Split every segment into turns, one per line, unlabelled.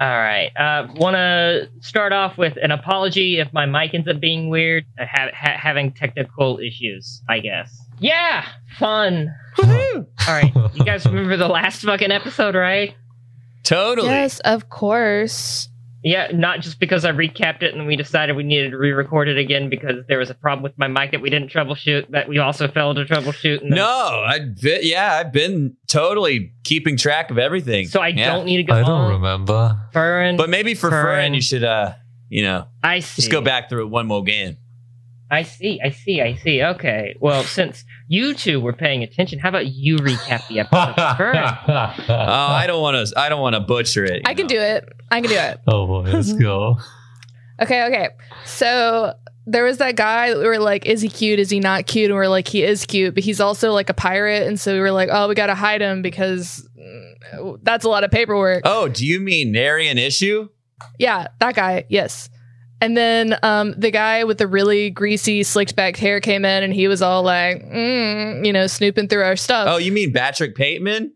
All right. Uh, Want to start off with an apology if my mic ends up being weird, I ha- ha- having technical issues, I guess. Yeah, fun. Woohoo! All right, you guys remember the last fucking episode, right?
Totally.
Yes, of course.
Yeah, not just because I recapped it and we decided we needed to re-record it again because there was a problem with my mic that we didn't troubleshoot that we also failed to troubleshoot. and then-
No, I be- yeah, I've been totally keeping track of everything.
so I
Yeah.
don't need to go.
I
on.
don't remember.
Fern,
But maybe for
Fern.
Fern, you should uh, you know,
I see.
just go back through it one more game.
I see. I see. I see. Okay. Well, since you two were paying attention, how about you recap the episode? Fern, Uh,
Oh, I don't want to. I don't want to butcher it. you
I can
know.
do it. I can do it.
oh boy, let's go.
Okay, okay. So there was that guy that we were like, is he cute? Is he not cute? And we are like, he is cute, but he's also like a pirate. And so we were like, oh, we got to hide him because mm, that's a lot of paperwork.
Oh, do you mean nary an issue?
Yeah, that guy. Yes. And then um, the guy with the really greasy, slicked back hair came in and he was all like, mm, you know, snooping through our stuff.
Oh, you mean Patrick Pateman?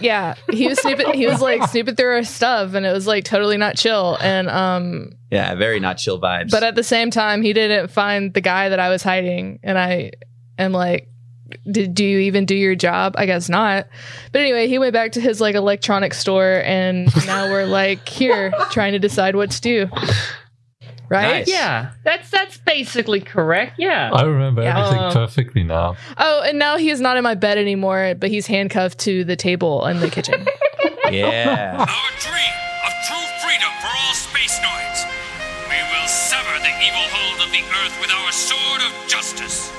Yeah, he was snooping. he was like snooping through our stuff, and it was like totally not chill. And um,
Yeah, very not chill vibes.
but uh, at the same time, he didn't find the guy that I was hiding, and I am like, did do you even do your job? I guess not. But anyway, he went back to his like electronic store, and now we're like here trying to decide what to do. Right?
Nice.
yeah, that's that's basically correct. Yeah.
I remember
Yeah.
everything
Um,
perfectly now.
Oh, and now he is not in my bed anymore, but he's handcuffed to the table in the kitchen.
yeah,
Our dream of true freedom for all spacenoids. We will sever the evil hold of the Earth with our sword of justice.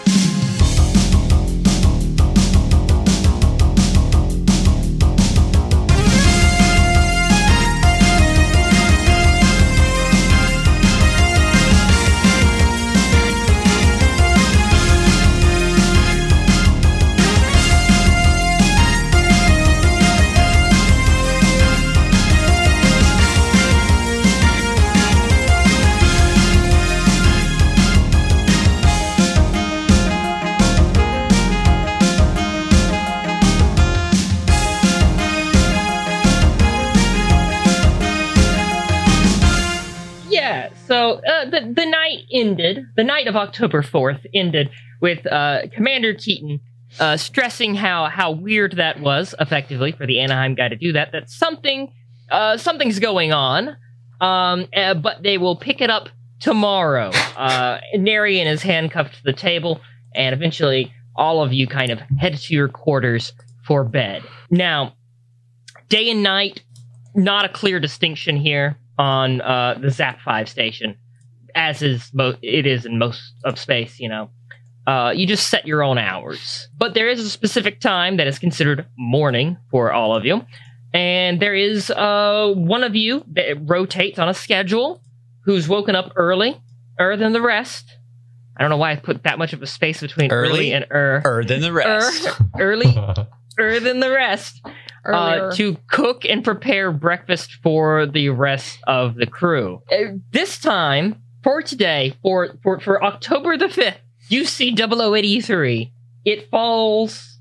Yeah, so uh, the the night ended. The night of October fourth ended with uh, Commander Keaton uh, stressing how how weird that was, effectively for the Anaheim guy to do that. That something uh, something's going on, um, uh, but they will pick it up tomorrow. Uh, Narian is handcuffed to the table, and eventually all of you kind of head to your quarters for bed. Now, day and night not a clear distinction here on uh, the Zap Five station, as is mo- it is in most of space. You know, uh, you just set your own hours, but there is a specific time that is considered morning for all of you, and there is uh, one of you that rotates on a schedule who's woken up early, earlier than the rest. I don't know why I put that much of a space between early,
Early?
and er.
er than the
Er,
rest.
early, er than the rest
Earlier.
uh, to cook and prepare breakfast for the rest of the crew. Uh, This time, for today, for, for, for October the 5th, UC 0083, it falls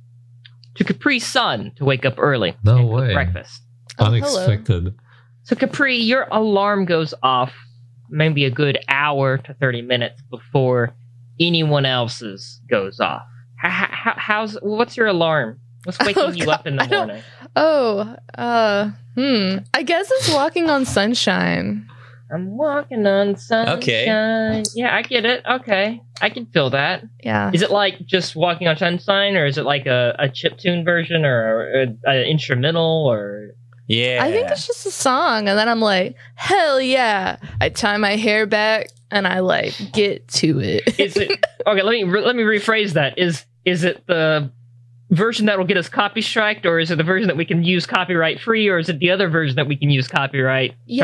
to Capri Sun to wake up early.
No
and cook
way.
Breakfast.
Oh, hello.
Unexpected.
So, Capri, your alarm goes off maybe a good hour to 30 minutes before anyone else's goes off. How, how, how's what's your alarm? What's waking
Oh,
you
God,
up in the
I don't-
morning?
Oh, uh, hmm. I guess it's walking on sunshine.
I'm walking on sunshine.
Okay.
Yeah, I get it. Okay. I can feel that.
Yeah.
Is it like just walking on sunshine, or is it like a, a chiptune version or an instrumental? Or
Yeah,
I think it's just a song. And then I'm like, hell yeah. I tie my hair back and I like get to it.
is it. okay, let me, re- let me rephrase that. Is, is it the version that will get us copy striked, or is it the version that we can use copyright free, or is it the other version that we can use copyright strike free?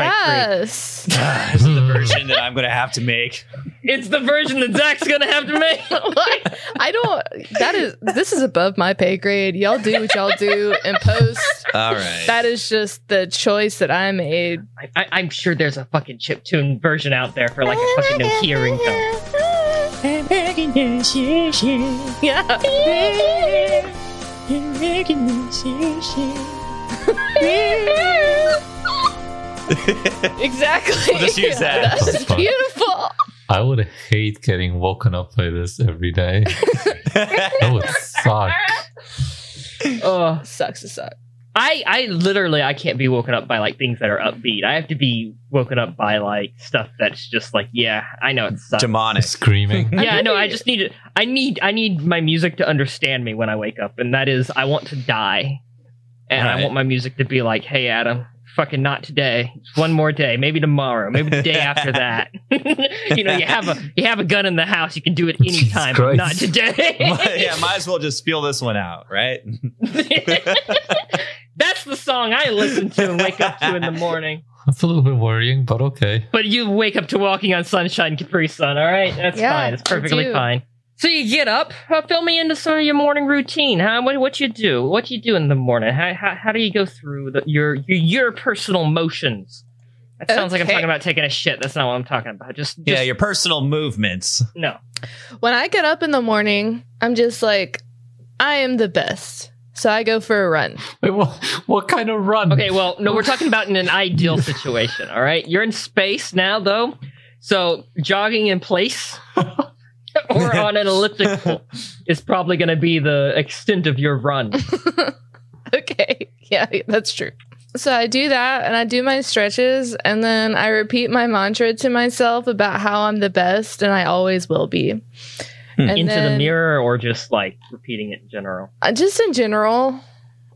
yes.
this is the version that I'm gonna have to make.
It's the version that Zach's going to have to make.
like, I don't, that is, this is above my pay grade. Y'all do what y'all do and post.
All right.
That is just the choice that I made.
I, I, I'm sure there's a fucking chiptune version out there for like a fucking Nokia ringtone.
Yeah. Exactly.
We'll just use that.
That's
That's fine.
beautiful.
I would hate getting woken up by this every day. that would suck.
Ugh.
Sucks to suck.
I I literally I can't be woken up by like things that are upbeat. I have to be woken up by like stuff that's just like yeah, I know it sucks.
Demonic.
Screaming.
yeah, no, I
really-
just need it. I need I need my music to understand me when I wake up, and that is I want to die, and I
Right.
want my music to be like, hey, Adam, fucking not today. It's one more day, maybe tomorrow, maybe the day after that. you know, you have a you have a gun in the house, you can do it
Jesus
anytime, but
Christ.
not today.
yeah, might as well just feel this one out, right?
that's the song I listen to and wake up to in the morning.
That's a little bit worrying, but okay.
But you wake up to walking on sunshine, Capri Sun. All right, that's
Yeah,
fine. That's
I
perfectly
do.
fine. So you get up. Uh, fill me into some of your morning routine. Huh? What what you do? What you do in the morning? How how, how do you go through the, your, your your personal motions? That sounds like I'm
Okay.
talking about taking a shit. That's not what I'm talking about. Just, just
yeah, your personal movements.
no.
When I get up in the morning, I'm just like, I am the best. So I go for a run.
Wait, what, what kind of run?
Okay, well, no, we're talking about in an ideal situation. All right, you're in space now though, so jogging in place or on an elliptical is probably going to be the extent of your run.
okay. Yeah, that's true. So I do that and I do my stretches and then I repeat my mantra to myself about how I'm the best and I always will be. And
Hmm. into the
then-
mirror or just like repeating it in general?
Uh, Just in general.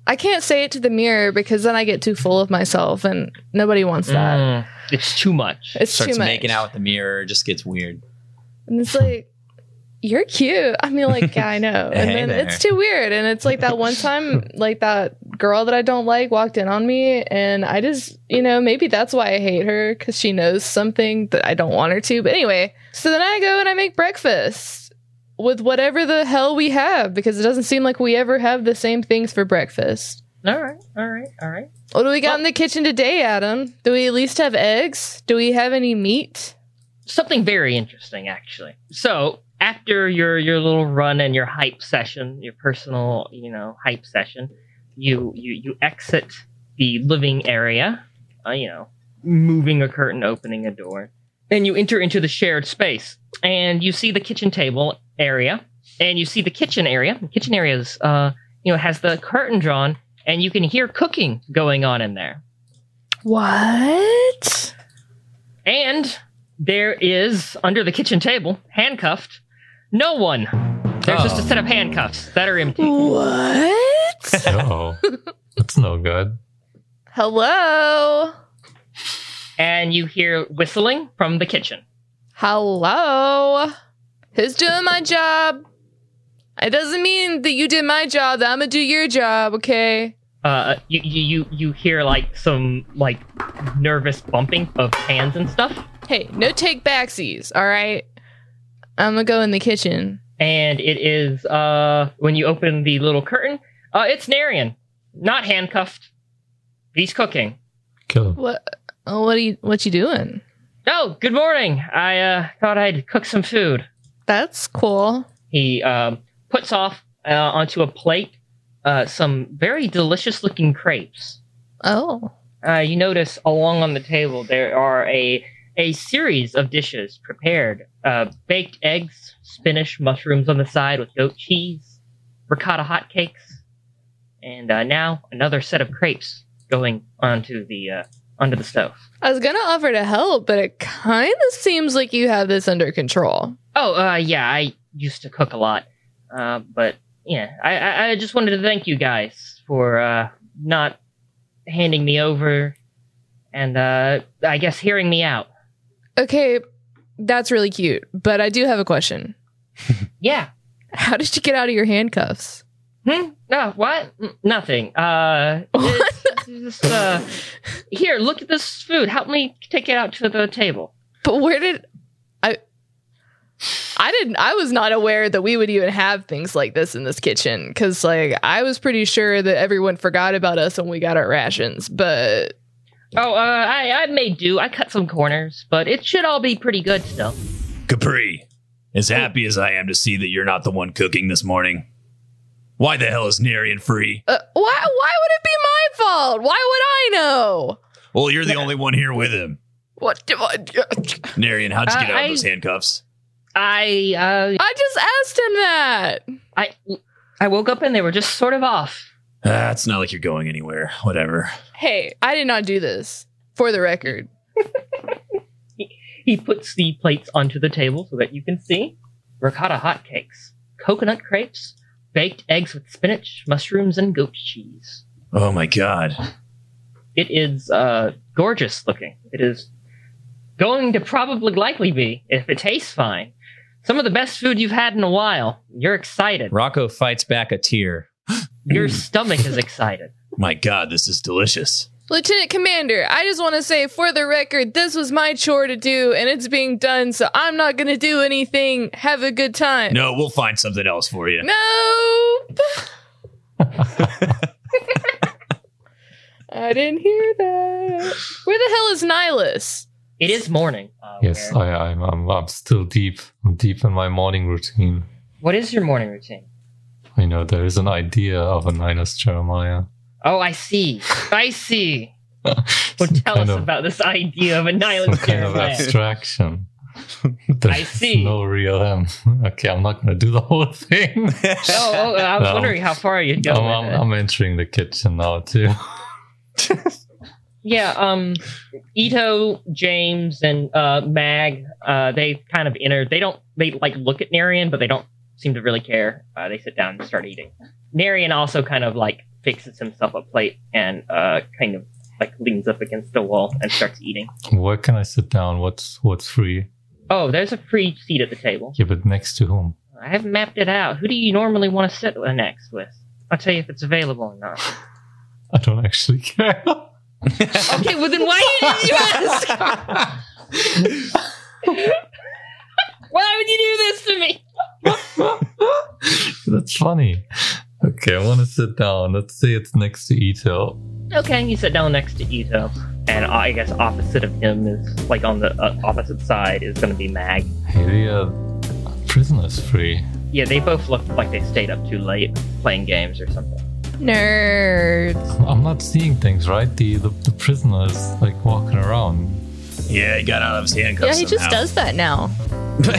I can't say it to the mirror because then I get too full of myself and nobody wants that.
Mm, it's too much.
It's
Starts
too much.
making out with the mirror, just gets weird.
And it's like, you're cute. I mean, like, yeah, I know. And
Hey
then
there.
it's too weird. And it's like that one time, like that girl that I don't like walked in on me. And I just, you know, maybe that's why I hate her because she knows something that I don't want her to. But anyway, so then I go and I make breakfast with whatever the hell we have because it doesn't seem like we ever have the same things for breakfast.
All right, all right, all right.
What do we got in the kitchen today, Adam? Do we at least have eggs? Do we have any meat?
Something very interesting, actually. So after your your little run and your hype session, your personal you know hype session, you you you exit the living area. Uh, you know, moving a curtain, opening a door, and you enter into the shared space, and you see the kitchen table area, and you see the kitchen area. The kitchen area is uh you know has the curtain drawn, and you can hear cooking going on in there.
What?
And there is, under the kitchen table, handcuffed, no one. There's
Oh.
just a set of handcuffs that are empty.
What?
Oh, that's no good.
Hello.
And you hear whistling from the kitchen.
Hello. Who's doing my job? It doesn't mean that you did my job, that I'm gonna do your job, okay?
Uh, you, you, you, you hear like some like nervous bumping of hands and stuff.
Hey, no take backsies, alright? I'm gonna go in the kitchen.
And it is uh, when you open the little curtain, uh, it's Narian, not handcuffed. He's cooking.
Kill him.
What oh, what are you what you doing?
Oh, good morning. I uh, thought I'd cook some food.
That's cool.
He um, puts off uh, onto a plate uh, some very delicious looking crepes.
Oh.
Uh, you notice along on the table there are a a series of dishes prepared: uh, baked eggs, spinach, mushrooms on the side with goat cheese, ricotta hotcakes, and uh, now another set of crepes going onto the uh, onto the stove.
I was gonna offer to help, but it kinda seems like you have this under control.
Oh, uh, yeah, I used to cook a lot. Uh, but yeah, I, I, I just wanted to thank you guys for uh, not handing me over and uh, I guess hearing me out.
Okay, that's really cute, but I do have a question.
Yeah.
How did you get out of your handcuffs?
Hmm? No, what? Mm, Nothing. Uh, it's- it's just, uh, here, look at this food. Help me take it out to the table.
But where did I? I didn't. I was not aware that we would even have things like this in this kitchen because, like, I was pretty sure that everyone forgot about us when we got our rations. But
Oh, uh, I, I may do. I cut some corners, but it should all be pretty good still.
Capri, as happy as I am to see that you're not the one cooking this morning, why the hell is Narian free?
uh, why? Why would it be my fault? Why would I know?
Well, you're the only one here with him.
What do I do?
Narian, how'd you
Uh,
get out
I-
of those handcuffs?
I uh,
I just asked him that.
I I woke up and they were just sort of off.
Ah, it's not like you're going anywhere. Whatever.
Hey, I did not do this. For the record,
He puts the plates onto the table so that you can see ricotta hotcakes, coconut crepes, baked eggs with spinach, mushrooms, and goat cheese.
Oh my god.
It is uh, gorgeous looking. It is going to probably likely be, if it tastes fine, some of the best food you've had in a while. You're excited.
Rocco fights back a tear.
Your
Mm.
stomach is excited.
My god, this is delicious.
Lieutenant Commander, I just want to say for the record, this was my chore to do, and it's being done, so I'm not going to do anything. Have a good time.
No, we'll find something else for you.
Nope. I didn't hear that. Where the hell is Nihilus?
It is morning. Uh,
Yes,
where-
I, I'm, I'm. I'm still deep. I'm deep in my morning routine.
what is your morning routine?
You know, there is an idea of a Niners Jeremiah.
Oh, I see. I see. Well, tell us
Kind of-
about this idea of a
Some
nihilist
kind of
Jeremiah.
abstraction. There's
see.
No real him. Okay, I'm not gonna do the whole thing.
Oh, oh, I was
No.
wondering how far you'd go.
I'm,
with
I'm,
it.
I'm entering the kitchen now too.
Yeah, um, Ito, James, and uh, Mag, uh, they kind of enter. They don't. They like look at Narian, but they don't seem to really care. Uh, they sit down and start eating. Narian also kind of like fixes himself a plate and uh, kind of like leans up against the wall and starts eating.
Where can I sit down? What's what's free?
Oh, there's a free seat at the table.
Yeah, but next to whom?
I haven't mapped it out. Who do you normally want to sit next with? I'll tell you if it's available or not.
I don't actually care.
okay, well then why didn't you ask? Why would you do this to me?
That's funny. Okay, I want to sit down. Let's say it's next to Ito.
Okay, you sit down next to Ito, and uh, I guess opposite of him is like on the uh, opposite side is going to be Mag.
Hey, the uh, prisoner's free.
Yeah, they both look like they stayed up too late playing games or something.
Nerds.
I'm not seeing things, right? The the, the prisoner is like walking around.
Yeah, he got out of his handcuffs.
Yeah, he just
somehow.
does that now.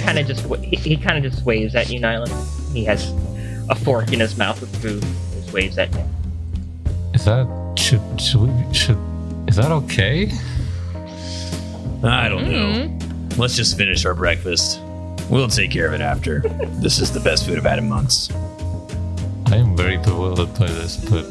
Kind of just wa- he, he kind of just waves at you, Nylan. He has a fork in his mouth with food. He just waves at you.
Is that should should we should is that okay?
I don't
Mhm.
know. Let's just finish our breakfast. We'll take care of it after. this is the best food I've had in months.
I am very bewildered by this, but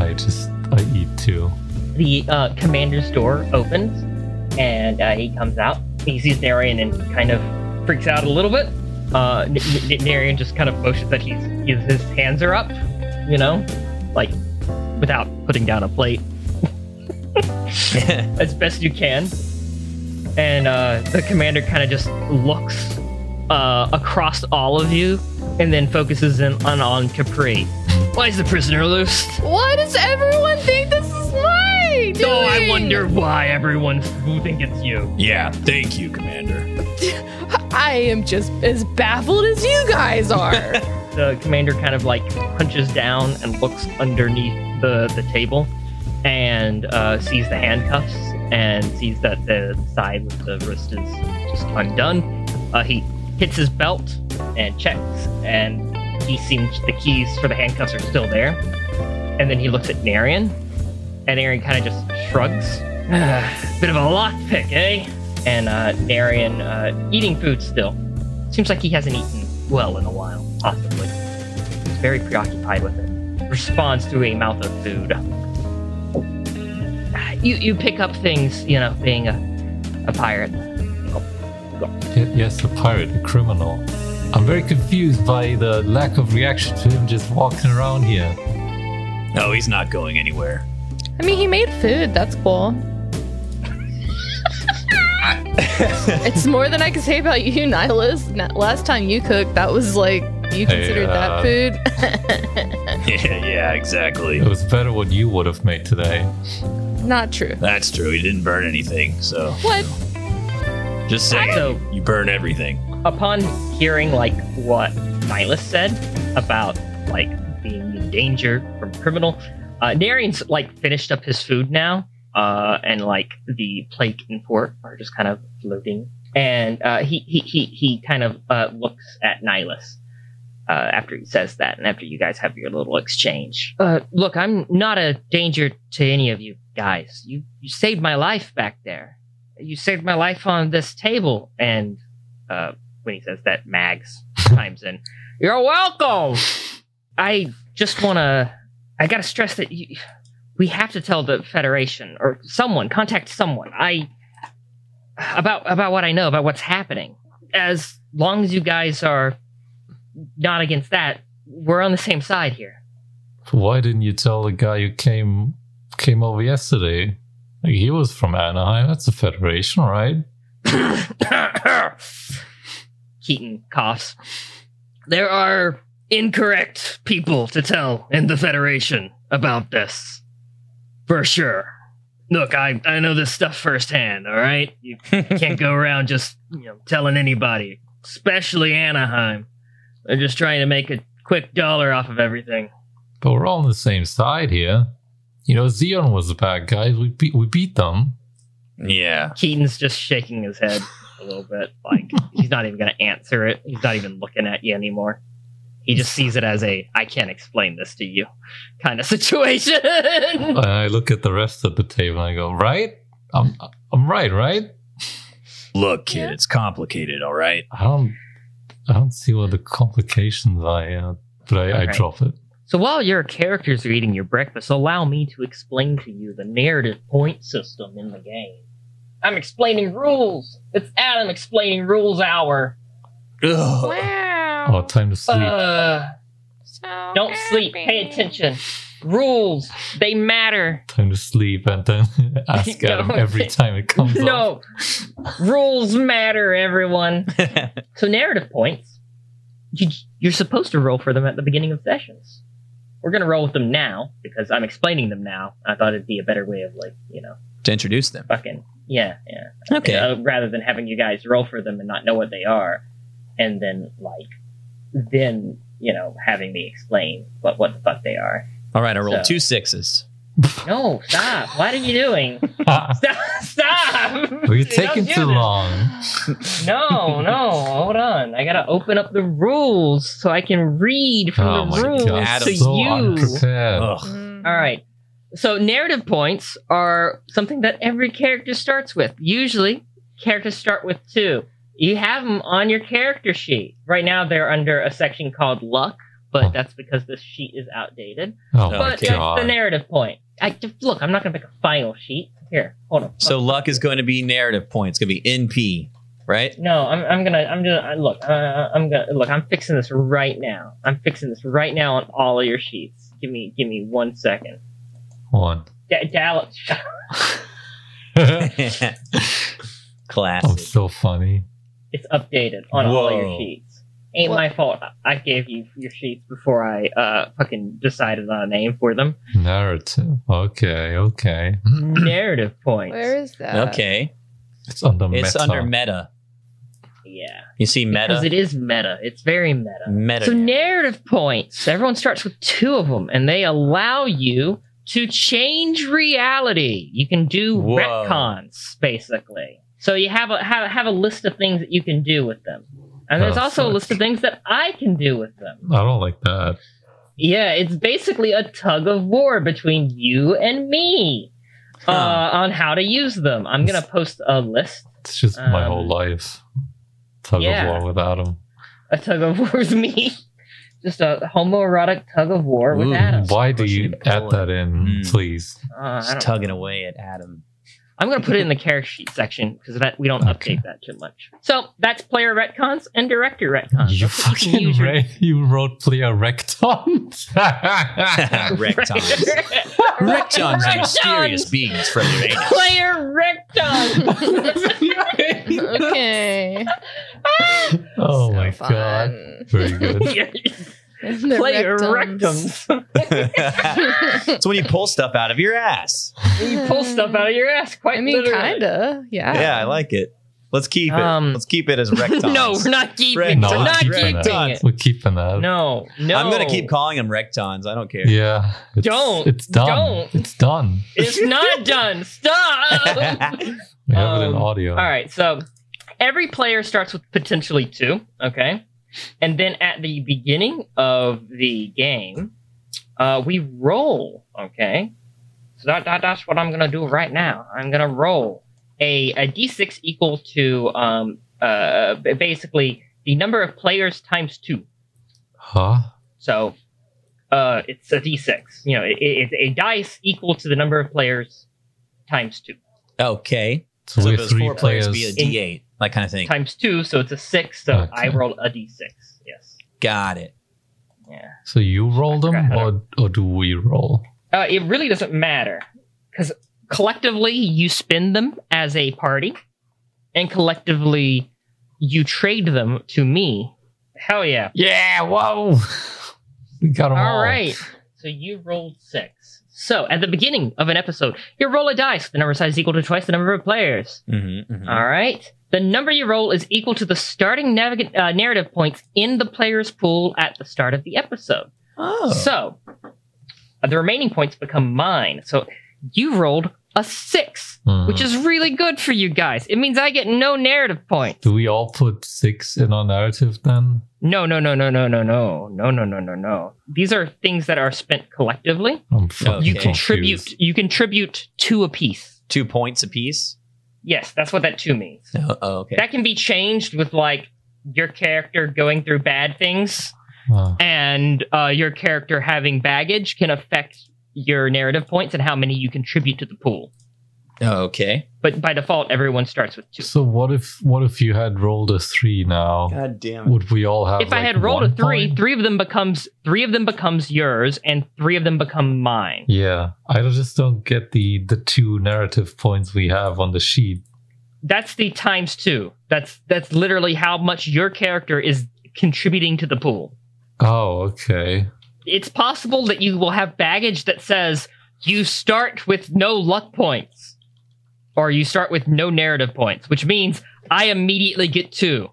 I just I eat too.
the uh, commander's door opens and uh, he comes out. He sees Narian and kind of freaks out a little bit. Uh, N- N- Narian just kind of motions that he's, his, his hands are up, you know, like without putting down a plate as best you can. And uh, the commander kind of just looks uh, across all of you and then focuses in on, on Capri. Why is the prisoner loose?
Why does everyone think this is my doing?
No, I wonder why everyone who think it's you.
yeah, thank you, Commander.
I am just as baffled as you guys are.
The commander kind of like hunches down and looks underneath the, the table and uh, sees the handcuffs and sees that the side with the wrist is just undone. Uh, he hits his belt and checks, and he seems the keys for the handcuffs are still there. And then he looks at Narian, and Narian kind of just shrugs. Bit of a lockpick, eh? And uh, Narian uh, eating food still. Seems like he hasn't eaten well in a while, possibly. He's very preoccupied with it. Responds to a mouth of food. You you pick up things, you know, being a, a pirate.
Y- yes, a pirate, a criminal. I'm very confused by the lack of reaction to him just walking around here.
No, Oh, he's not going anywhere.
I mean, he made food. That's cool. it's more than I can say about you, Nihilus. Na- Last time you cooked, that was like
Hey,
you considered
uh,
that food.
yeah, yeah, exactly.
It was better what you would have made today.
Not true.
That's true. He didn't burn anything, so
What?
just saying,
So-
you burn everything.
upon hearing like what Nihilus said about like being in danger from criminal, uh, Narian's like finished up his food now, uh, and like the plate and fork are just kind of floating. And uh, he, he he he kind of uh, looks at Nihilus uh, after he says that, and after you guys have your little exchange. Uh, look, I'm not a danger to any of you guys. You you saved my life back there. You saved my life on this table. And uh, when he says that, Mags chimes in. You're welcome. I just want to. I gotta stress that you, we have to tell the Federation or someone. Contact someone. I about about what I know about what's happening. As long as you guys are not against that, we're on the same side here.
Why didn't you tell the guy who came came over yesterday? Like, he was from Anaheim. That's the Federation, right?
Keaton coughs. There are incorrect people to tell in the Federation about this. For sure. Look, I, I know this stuff firsthand, all right? You can't go around just you know telling anybody, especially Anaheim. They're just trying to make a quick dollar off of everything.
But we're all on the same side here. You know, Xeon was the bad guys. We beat we beat them.
Yeah.
Keaton's just shaking his head a little bit, like he's not even going to answer it. He's not even looking at you anymore. He just sees it as a "I can't explain this to you" kind of situation.
And I look at the rest of the table and I go, right? I'm I'm right, right?
Look, kid,
Yeah.
it's complicated, all right?
I don't I don't see what the complications are, yeah. but I, I
Okay.
drop it.
so while your characters are eating your breakfast, allow me to explain to you the narrative point system in the game. I'm explaining rules. It's Adam explaining rules hour.
Ugh.
Oh,
Wow.
time to sleep.
Um, Uh,
So
don't sleep.
happy.
Pay attention. Rules. They matter.
time to sleep, and then ask
No.
Adam every time it comes up.
no rules matter everyone so narrative points you, you're supposed to roll for them at the beginning of sessions we're going to roll with them now because i'm explaining them now i thought it'd be a better way of like you know
to introduce them.
fucking yeah yeah
Okay.
uh, rather than having you guys roll for them and not know what they are and then like then you know having me explain what what the fuck they are
All right. I rolled
So-
two sixes.
no stop what are you doing stop stop
We're
Don't
taking
do
too
this.
long.
No, no, hold on. I gotta open up the rules so I can read from
Oh
the
my
rules
god,
to
Adam's
so
you.
unprepared.
Oh,
Ugh.
Mm.
All right. So narrative points are something that every character starts with. Usually, characters start with two. You have them on your character sheet. Right now, they're under a section called luck,
Oh.
but that's because this sheet is outdated.
Oh my
But that's the
god.
narrative point. I look. I'm not gonna make a final sheet. Here, hold on.
So luck is going to be narrative points. It's going to be NP, right?
No, I'm, I'm gonna, I'm gonna I- look. Uh, I'm gonna look. I'm fixing this right now. I'm fixing this right now on all of your sheets. Give me, give me one second.
One.
Da- Dallas,
I'm
Classic.
Oh, so funny.
it's updated on all of your
Whoa.
sheets. Ain't my fault. I gave you your sheets before I uh fucking decided on a name for them.
Narrative. Okay, okay.
Narrative points.
Where is
Uh,
that?
Okay.
It's under meta.
It's under meta.
yeah,
You see
because
meta?
it is meta. It's very meta.
Meta.
So narrative points. Everyone starts with two of them, and they allow you to change reality. You can do
Whoa.
retcons, basically. So you have a have, have a list of things that you can do with them, and there's
Oh,
also a
fuck.
list of things that I can do with them.
I don't like that.
Yeah, it's basically a tug of war between you and me uh,
Huh.
on how to use them. I'm gonna post a list.
It's just my
Um,
whole life. Tug
yeah.
of war with Adam.
A tug of war with me. Just a homoerotic tug of war with
Ooh.
Adam.
Why do
pushing
you
it
add
forward.
that in,
Mm.
please?
Uh, I
It's
don't
tugging away at Adam.
I'm going to put it in the character sheet section because that we don't
Okay.
update that too much. So that's player retcons and director retcons.
You
That's what can
fucking
use your-
ra- you wrote player recton.
Rectons. Rectons are mysterious beings from your anus.
Player rectons.
Okay.
oh
So
my god.
fun.
Very good.
The
Player
rectums.
rectums.
it's when you pull stuff out of your ass.
you pull stuff out of your ass. Quite
I mean,
literally.
kinda. Yeah.
Yeah, I like it. Let's keep it.
Um,
Let's keep it as rectons.
no, we're not keeping.
Rectons.
We're not keeping
Rectons.
it.
We're keeping that.
No, no.
I'm gonna keep calling them rectons. I don't care.
Yeah. It's,
Don't.
It's done.
Don't.
It's done.
It's not done. Stop.
We have it in
Um,
audio.
All right, so every player starts with potentially two, okay? And then at the beginning of the game, uh, we roll, okay? So that, that, that's what I'm going to do right now. I'm going to roll a, a d6 equal to um, uh, ba- basically the number of players times two.
Huh?
So uh, it's a d6. You know, it, it, it's a dice equal to the number of players times two.
Okay. so
So,
if
we're
it was
three
four
players.
players, be a D8, that kind of thing.
times two, so it's a six. So I
Okay.
rolled a d6. Yes.
Got it.
Yeah.
so you roll
I forgot
them,
how
or or do we roll?
Uh, it really doesn't matter because collectively you spend them as a party, and collectively you trade them to me. Hell yeah!
Yeah. Whoa. we got them all.
All right. So you rolled six. So at the beginning of an episode, you roll a dice. The number size is equal to twice the number of players.
Mm-hmm,
All right. The number you roll is equal to the starting naviga- uh, narrative points in the player's pool at the start of the episode.
Oh.
So uh, the remaining points become mine. So you rolled a six,
Hmm.
which is really good for you guys. It means I get no narrative points.
Do we all put six in our narrative then?
No, no, no, no, no, no, no, no, no, no, no, no. These are things that are spent collectively.
I'm fucking
You
Okay.
contribute.
confused.
You contribute two apiece.
Two points apiece.
Yes, that's what that two means.
Oh, oh, okay.
That can be changed with like your character going through bad things.
Oh,
and uh, your character having baggage can affect your narrative points and how many you contribute to the pool.
Oh, okay.
But by default, everyone starts with two.
So what if what if you had rolled a three now?
God damn
Would we all have?
If I
like,
had rolled a
one
three,
point?
three of them becomes three of them becomes yours, and three of them become mine.
Yeah, I just don't get the the two narrative points we have on the sheet.
That's the times two. That's that's literally how much your character is contributing to the pool.
Oh, okay.
It's possible that you will have baggage that says you start with no luck points, or you start with no narrative points, which means I immediately get two.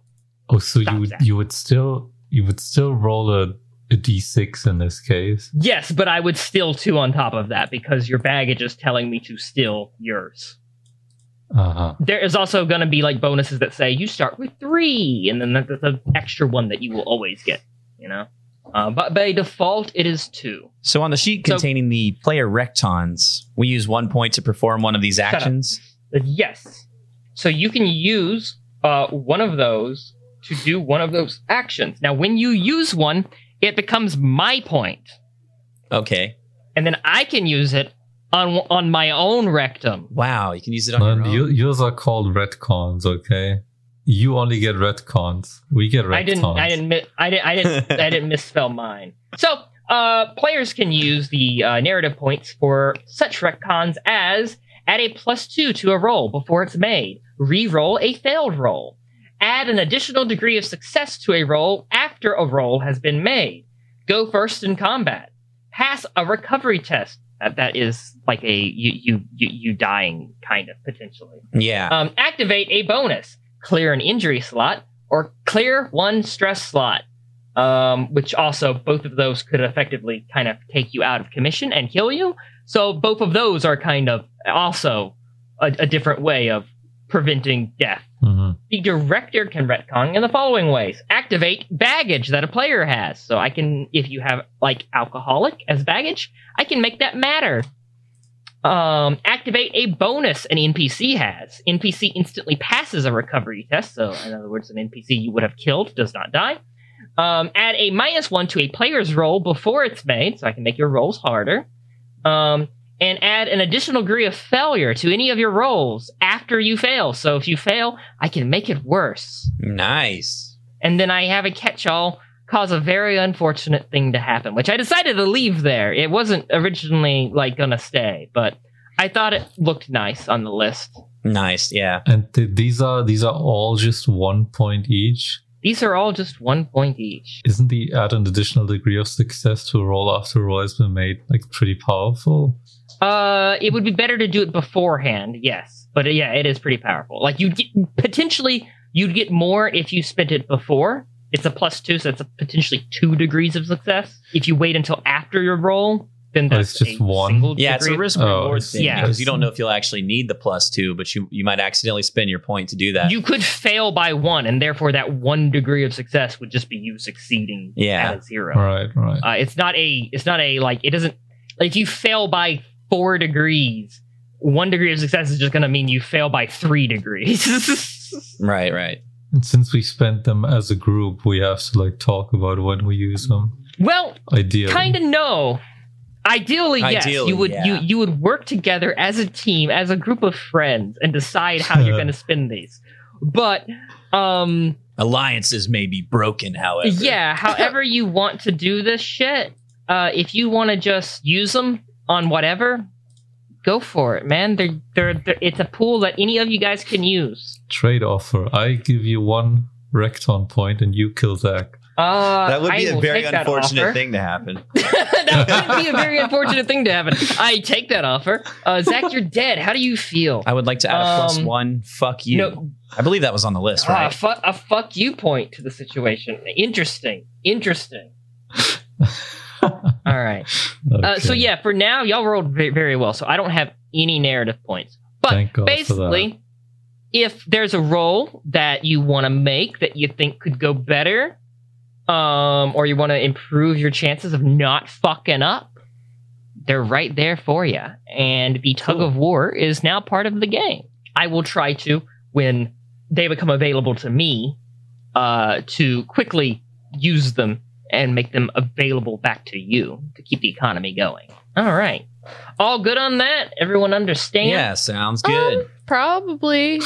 Oh, so you
Stop
would
that.
you would still you would still roll a a d6 in this case.
Yes, but I would still two on top of that because your baggage is telling me to steal yours.
Uh huh.
There is also going to be like bonuses that say you start with three, and then that's an extra one that you will always get. You know, uh, but by default it is two.
So on the sheet
So-
containing the player rectons, we use one point to perform one of these
up.
actions.
But yes, so you can use uh, one of those to do one of those actions. Now, when you use one, it becomes my point,
Okay.
and then I can use it on on my own rectum.
Wow. You can use it on
Man,
your
you,
own.
yours are called retcons. Okay, you only get retcons. We get retcons.
I didn't. I didn't. mi- I didn't. I didn't. I didn't misspell mine. So, uh, players can use the uh, narrative points for such retcons as add a plus two to a roll before it's made, re-roll a failed roll, add an additional degree of success to a roll after a roll has been made, go first in combat, pass a recovery test. That, that is like a you, you you you dying kind of potentially
Yeah.
um, activate a bonus, clear an injury slot, or clear one stress slot. Um, which also both of those could effectively kind of take you out of commission and kill you. So both of those are kind of also a, a different way of preventing death.
hmm
The director can retcon in the following ways: activate baggage that a player has. So I can, if you have like alcoholic as baggage, I can make that matter. Um, activate a bonus an NPC has. NPC instantly passes a recovery test. So in other words, an NPC you would have killed does not die. Um, add a minus one to a player's roll before it's made, so I can make your rolls harder. Um, and add an additional degree of failure to any of your rolls after you fail. So if you fail, I can make it worse.
nice.
And then I have a catch all cause a very unfortunate thing to happen, which I decided to leave there. It wasn't originally like gonna stay, but I thought it looked nice on the list.
Nice. Yeah.
And th- these are these are all just one point each.
These are all just one point each.
Isn't the add an additional degree of success to a roll after a roll has been made like pretty powerful?
Uh, it would be better to do it beforehand, yes. But uh, yeah, it is pretty powerful. Like you get, potentially you'd get more if you spent it before. It's a plus two, so that's a potentially two degrees of success. If you wait until after your roll, then
Oh,
that's
it's just
a
one?
Single
Yeah, it's a
degree.
risk
Oh,
reward
it's-
thing
yeah.
because you don't know if you'll actually need the plus two, but you you might accidentally spend your point to do that.
You could fail by one, and therefore that one degree of success would just be you succeeding
Yeah.
at a zero.
Right, right.
Uh, it's not a. It's not a like. It doesn't. Like if you fail by four degrees, one degree of success is just going to mean you fail by three degrees.
right, right.
And since we spent them as a group, we have to like talk about when we use them.
well,
Ideally,
kind of no. Ideally, yes.
Ideally,
you would you
yeah.
you would work together as a team, as a group of friends, and decide how
Uh-huh.
you're going to spend these. But um,
Alliances may be broken, however.
Yeah, however you want to do this shit. Uh, if you want to just use them on whatever, go for it, man. They're, they're, they're, it's a pool that any of you guys can use.
trade offer. I give you one Recton point, and you kill Zach.
Uh,
that would be
a
a very unfortunate thing to happen.
that would be a very unfortunate thing to happen. I take that offer. Uh, Zach, you're dead. How do you feel?
I would like to add a plus
Um,
one. Fuck you.
No,
I believe that was on the list,
uh,
right?
fu- a fuck you point to the situation. Interesting. Interesting. All right. Uh, so
Okay.
yeah, for now y'all rolled very, very well. So I don't have any narrative points. But
Thank God for
basically, if there's a roll that you want to make that you think could go better, um, or you want to improve your chances of not fucking up, they're right there for you. And the tug of war is now part of the game. I will try to when they become available to me uh, to quickly use them and make them available back to you to keep the economy going. All right. All good on that? Everyone understand?
Yeah, sounds good.
Probably.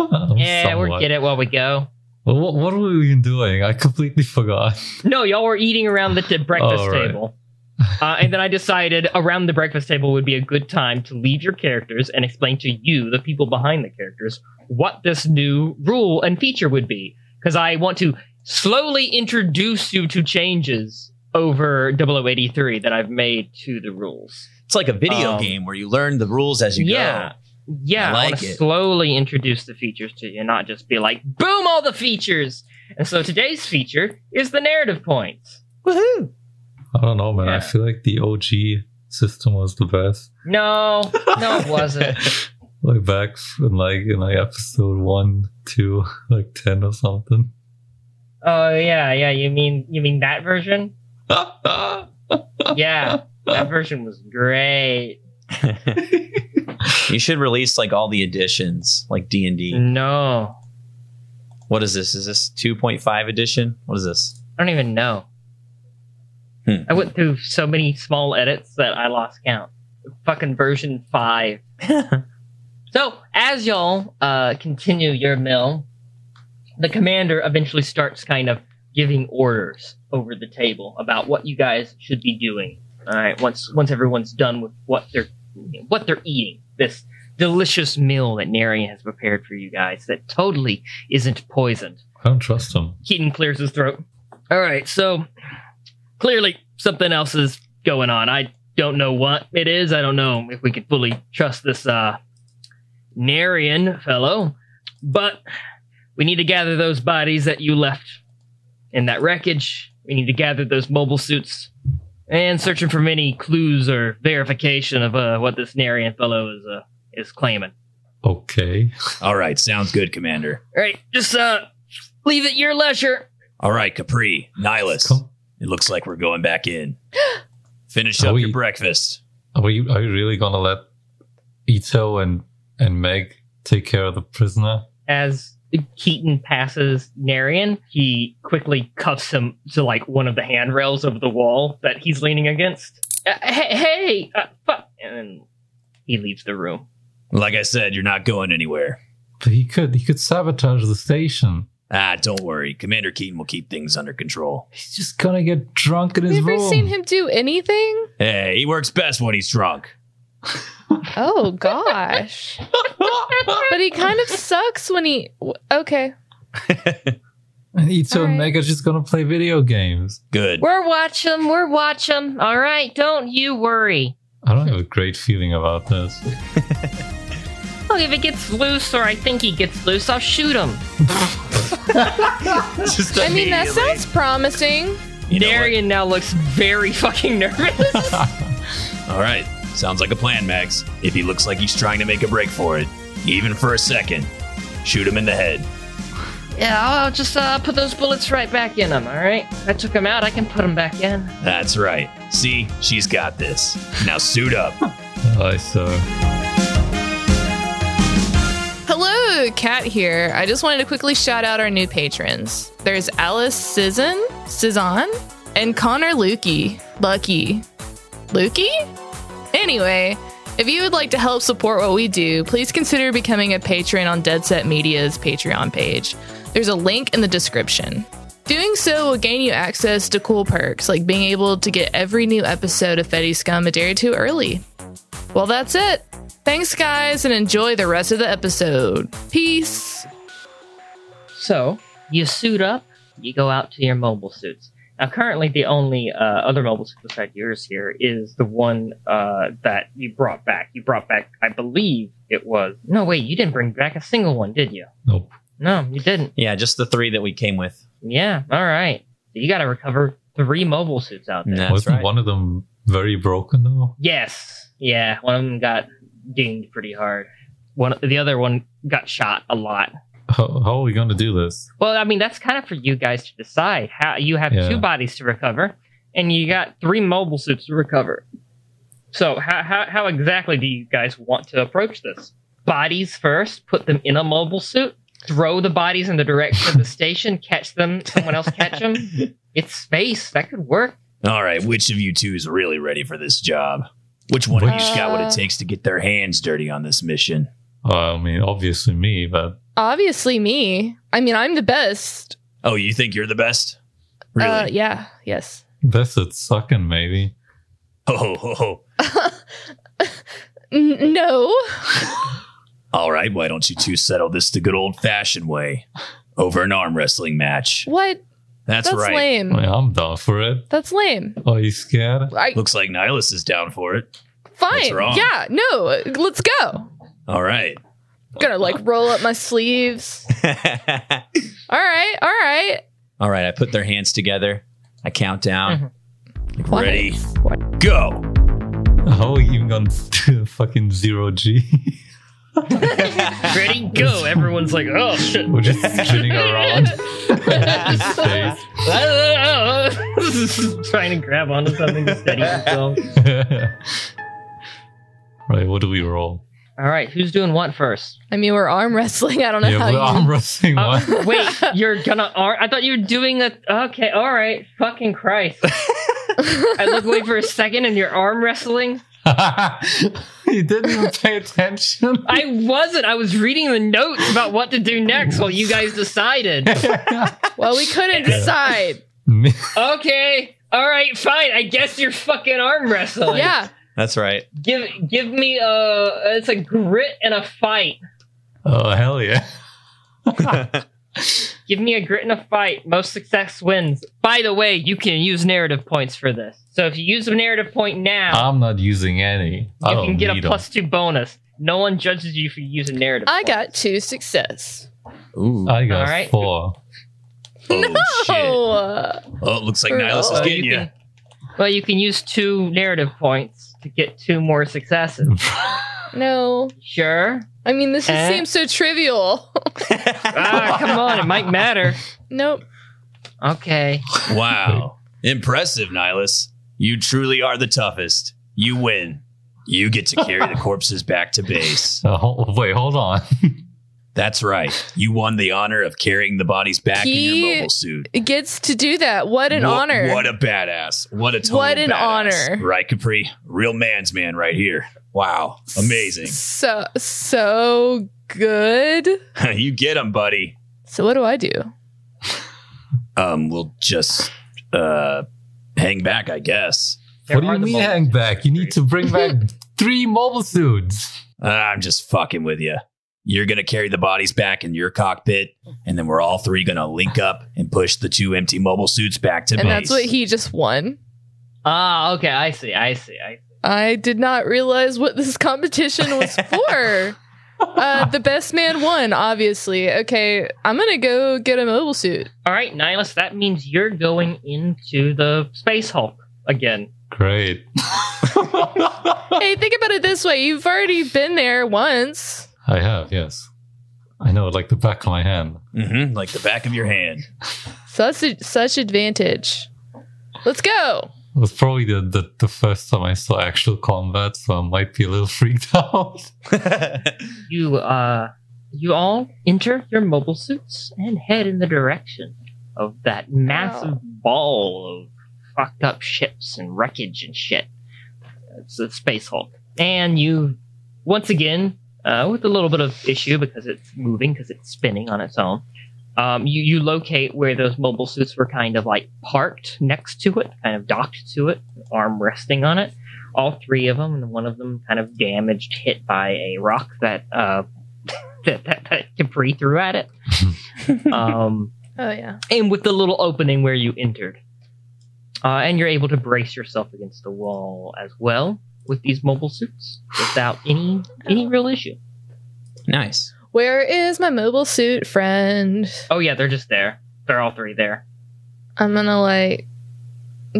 Um,
Yeah, we're
somewhat.
getting it while we go.
Well, what, what were we even doing? I completely forgot.
No, y'all were eating around the t- breakfast
All right.
table. Uh, and then I decided around the breakfast table would be a good time to leave your characters and explain to you, the people behind the characters, what this new rule and feature would be. Because I want to slowly introduce you to changes over 0083 that I've made to the rules.
It's like a video
Um,
game where you learn the rules as you
yeah. Yeah,
I
I, want
like
to
it.
slowly introduce the features to you, and not just be like, boom, all the features. And so today's feature is the narrative points.
go. Woohoo!
I don't know, man.
Yeah.
I feel like the OG system was the best.
No, no, it wasn't.
Like back in like in like episode one, two, like ten or something.
oh yeah, yeah. You mean you mean that version? Yeah, that version was great.
You should release like all the editions, like D and
Mm-hmm.
D.
No,
What is this? Is this two point five edition? What is this?
I don't even know.
Hmm.
I went through so many small edits that I lost count. Fucking version five. so as y'all uh, continue your mill, the commander eventually starts kind of giving orders over the table about what you guys should be doing. All right, once once everyone's done with what they're what they're eating, this delicious meal that Narian has prepared for you guys that totally isn't poisoned.
I don't trust him.
Keaton clears his throat. All right, so clearly something else is going on. I don't know what it is. I don't know if we can fully trust this uh Narian fellow, but we need to gather those bodies that you left in that wreckage. We need to gather those mobile suits and searching for any clues or verification of uh, what this Narian fellow is uh, is claiming.
Okay.
All right, sounds good, Commander.
All right, just uh leave it your leisure.
All right, Capri, Nihilus.
Come-
It looks like we're going back in. Finish
Are
up
we-
your breakfast.
Are you are you really gonna let Ito and and Meg take care of the prisoner?
as Keaton passes Narian, he quickly cuffs him to like one of the handrails of the wall that he's leaning against. Uh, hey, hey uh, fuck! And then he leaves the room.
Like I said, you're not going anywhere.
But he could he could sabotage the station.
Ah, don't worry. Commander Keaton will keep things under control.
He's just gonna get drunk in
Have
his
you ever
room.
seen him do anything?
Hey, he works best when he's drunk.
Oh gosh. but he kind of sucks when he. w- Okay,
And Ito and
Alright.
Meg are just gonna play video games.
Good.
We're watching. We're watching. All right, don't you worry.
I don't have a great feeling about this.
Look, if it gets loose, or I think he gets loose, I'll shoot him.
Just
I mean, that
immediately.
sounds promising.
You know what?
Darian now looks very fucking nervous.
All right. Sounds like a plan, Max. If he looks like he's trying to make a break for it, even for a second, shoot him in the head.
yeah, I'll, I'll just uh, put those bullets right back in him. All right, I took him out. I can put him back in.
That's right. See, she's got this. Now suit up.
I so
Hello, Kat here. I just wanted to quickly shout out our new patrons. There's Alice Sisson, Sisson, and Connor Lukey. Lucky. Lukey? Anyway, if you would like to help support what we do, please consider becoming a patron on Dead Set Media's Patreon page. There's a link in the description. Doing so will gain you access to cool perks like being able to get every new episode of Fetty Scum a day or two early. Well, that's it. Thanks, guys, and enjoy the rest of the episode. Peace.
So you suit up, you go out to your mobile suits. Now, currently, the only uh, other mobile suit besides yours here is the one uh, that you brought back. You brought back, I believe it was. No, wait, you didn't bring back a single one, did you?
nope.
No, you didn't.
Yeah, just the three that we came with.
Yeah, all right. So you got to recover three mobile suits out there.
That's
Wasn't
right.
one of them very broken though?
Yes, yeah, one of them got dinged pretty hard. One, the other one got shot a lot.
How, how are we gonna do this?
Well, I mean, that's kind of for you guys to decide. How you have
Yeah.
two bodies to recover, and you got three mobile suits to recover. So, how, how how exactly do you guys want to approach this? Bodies first, put them in a mobile suit, throw the bodies in the direction of the station, catch them, someone else catch them. It's space that could work.
All right, which of you two is really ready for this job? Which one of you's got what
Uh,
it takes to get their hands dirty on this mission?
Uh, I mean, obviously me, but
Obviously, me. I mean, I'm the best.
Oh, you think you're the best? Really?
Uh, yeah. Yes.
that's it sucking maybe.
ho, ho, ho, ho.
N- no.
All right, why don't you two settle this the good old fashioned way over an arm wrestling match?
What?
That's,
That's
right.
I
lame.
mean, I'm down for it.
That's lame.
Are you scared?
I
Looks like Nihilus is down for it.
fine.
wrong?
Yeah. No. Let's go.
All right.
Gonna like roll up my sleeves. All right. All right.
All right, I put their hands together. I count down.
What?
Ready? Go.
How are we even gonna do fucking zero G?
Ready, go! Everyone's like, oh shit.
We're just spinning around. in
Trying to grab onto something to steady himself.
space. right, what do we roll?
All right, who's doing what first?
I mean, we're arm wrestling. I don't know
yeah,
how
we're
you.
arm wrestling
Uh,
one.
wait, you're gonna ar- I thought you were doing a. Okay, all right. Fucking Christ! I look away for a second, and you're arm wrestling.
you didn't even pay attention.
I wasn't. I was reading the notes about what to do next while you guys decided.
well, we couldn't decide.
Me-
Okay, all right, fine. I guess you're fucking arm wrestling.
Yeah.
That's right.
Give give me a. It's a grit and a fight.
oh hell yeah!
Give me a grit and a fight. Most success wins. By the way, you can use narrative points for this. So if you use a narrative point now,
I'm not using any. I
you
don't
can get a
need 'em.
plus two bonus. No one judges you for using narrative.
I
points.
got two success.
Ooh.
I got
Alright.
four.
Oh, shit.
Oh.
Oh, it looks like Nihilus is
Oh,
getting
you
you.
can- Well, you can use two narrative points to get two more successes.
No.
Sure.
I mean, this
Eh?
just seems so trivial.
Ah, come on, it might matter.
nope.
Okay.
Wow. Impressive, Nihilus. You truly are the toughest. You win. You get to carry the corpses back to base.
Uh, ho- wait, hold on.
That's right. You won the honor of carrying the bodies back in your
He-
mobile suit.
It gets to do that. What an
Wha-
honor.
What a badass. What a total
What an
badass.
honor.
Right, Capri? Real man's man right here. Wow. Amazing.
so so good.
you get him, buddy.
So what do I do?
Um, we'll just uh hang back, I guess.
There
what do
are
you
the
mean
moments.
hang back? You need to bring back three mobile suits.
Uh, I'm just fucking with you. You're going to carry the bodies back in your cockpit, and then we're all three going to link up and push the two empty mobile suits back to
And
base.
that's what he just won.
Ah, okay. I see. I see. I see.
I did not realize what this competition was for. uh, the best man won, obviously. Okay, I'm gonna go get a mobile suit.
All right, Nihilus, that means you're going into the Space Hulk again.
Great.
Hey, think about it this way: you've already been there once.
I have, yes. I know, like the back of my hand.
Mm-hmm.
hmm like the back of your hand.
So that's a, such advantage. Let's go.
It was probably the, the, the first time I saw actual combat, so I might be a little freaked out.
You uh you all enter your mobile suits and head in the direction of that massive ball of fucked up ships and wreckage and shit. It's the Space Hulk. And you once again, uh, with a little bit of issue because it's moving, because it's spinning on its own. Um, you, you locate where those mobile suits were kind of like parked next to it, kind of docked to it, arm resting on it all three of them, and one of them kind of damaged, hit by a rock that uh, that, that that Capri threw at it. um,
Oh yeah.
and with the little opening where you entered, uh, and you're able to brace yourself against the wall as well with these mobile suits without any any real issue.
Nice.
Where is my mobile suit friend?
Oh yeah, they're just there. They're all three there.
I'm gonna like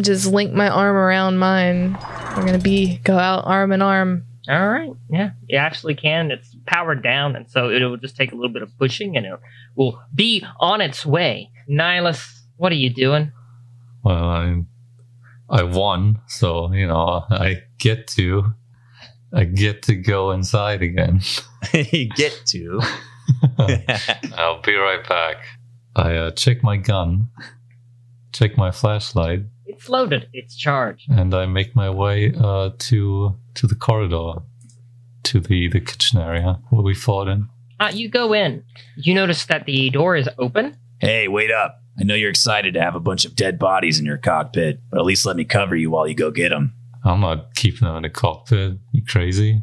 just link my arm around mine. We're gonna be go out arm in arm.
All right. Yeah, it actually can. It's powered down, and so it'll just take a little bit of pushing, and it will be on its way. Nihilus, what are you doing?
Well, I, I won, so you know I get to, I get to go inside again.
you get to.
I'll be right back. I uh, check my gun, check my flashlight,
It's loaded. It's charged.
and I make my way uh, to to the corridor, to the the kitchen area where we fought in.
Uh, you go in. You notice that the door is open.
Hey, wait up. I know you're excited to have a bunch of dead bodies in your cockpit, but at least let me cover you while you go get them.
I'm not keeping them in the cockpit. You crazy?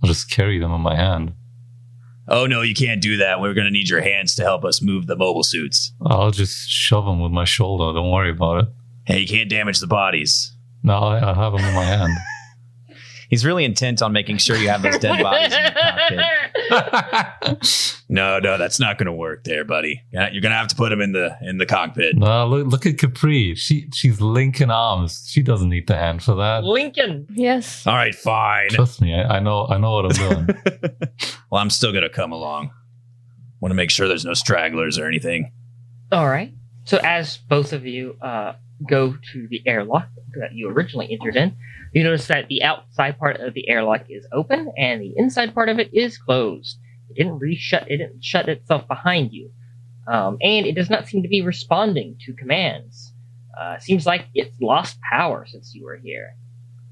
I'll just carry them in my hand.
Oh no, you can't do that. We're going to need your hands to help us move the mobile suits.
I'll just shove them with my shoulder. Don't worry about it.
Hey, you can't damage the bodies.
No, I, I have them in my hand.
He's really intent on making sure you have those dead bodies in your pocket.
No, no, that's not going to work there, buddy. Yeah, You're going to have to put him in the in the cockpit.
No, look, look at Capri. She she's linking arms. She doesn't need the hand for that.
Lincoln.
Yes.
All right, fine.
Trust me, I, I know I know what I'm doing.
Well, I'm still going to come along. Want to make sure there's no stragglers or anything.
All right. So as both of you uh, go to the airlock that you originally entered in, you notice that the outside part of the airlock is open and the inside part of it is closed. It didn't re-shut. It didn't shut itself behind you, um, and it does not seem to be responding to commands. Uh, seems like it's lost power since you were here.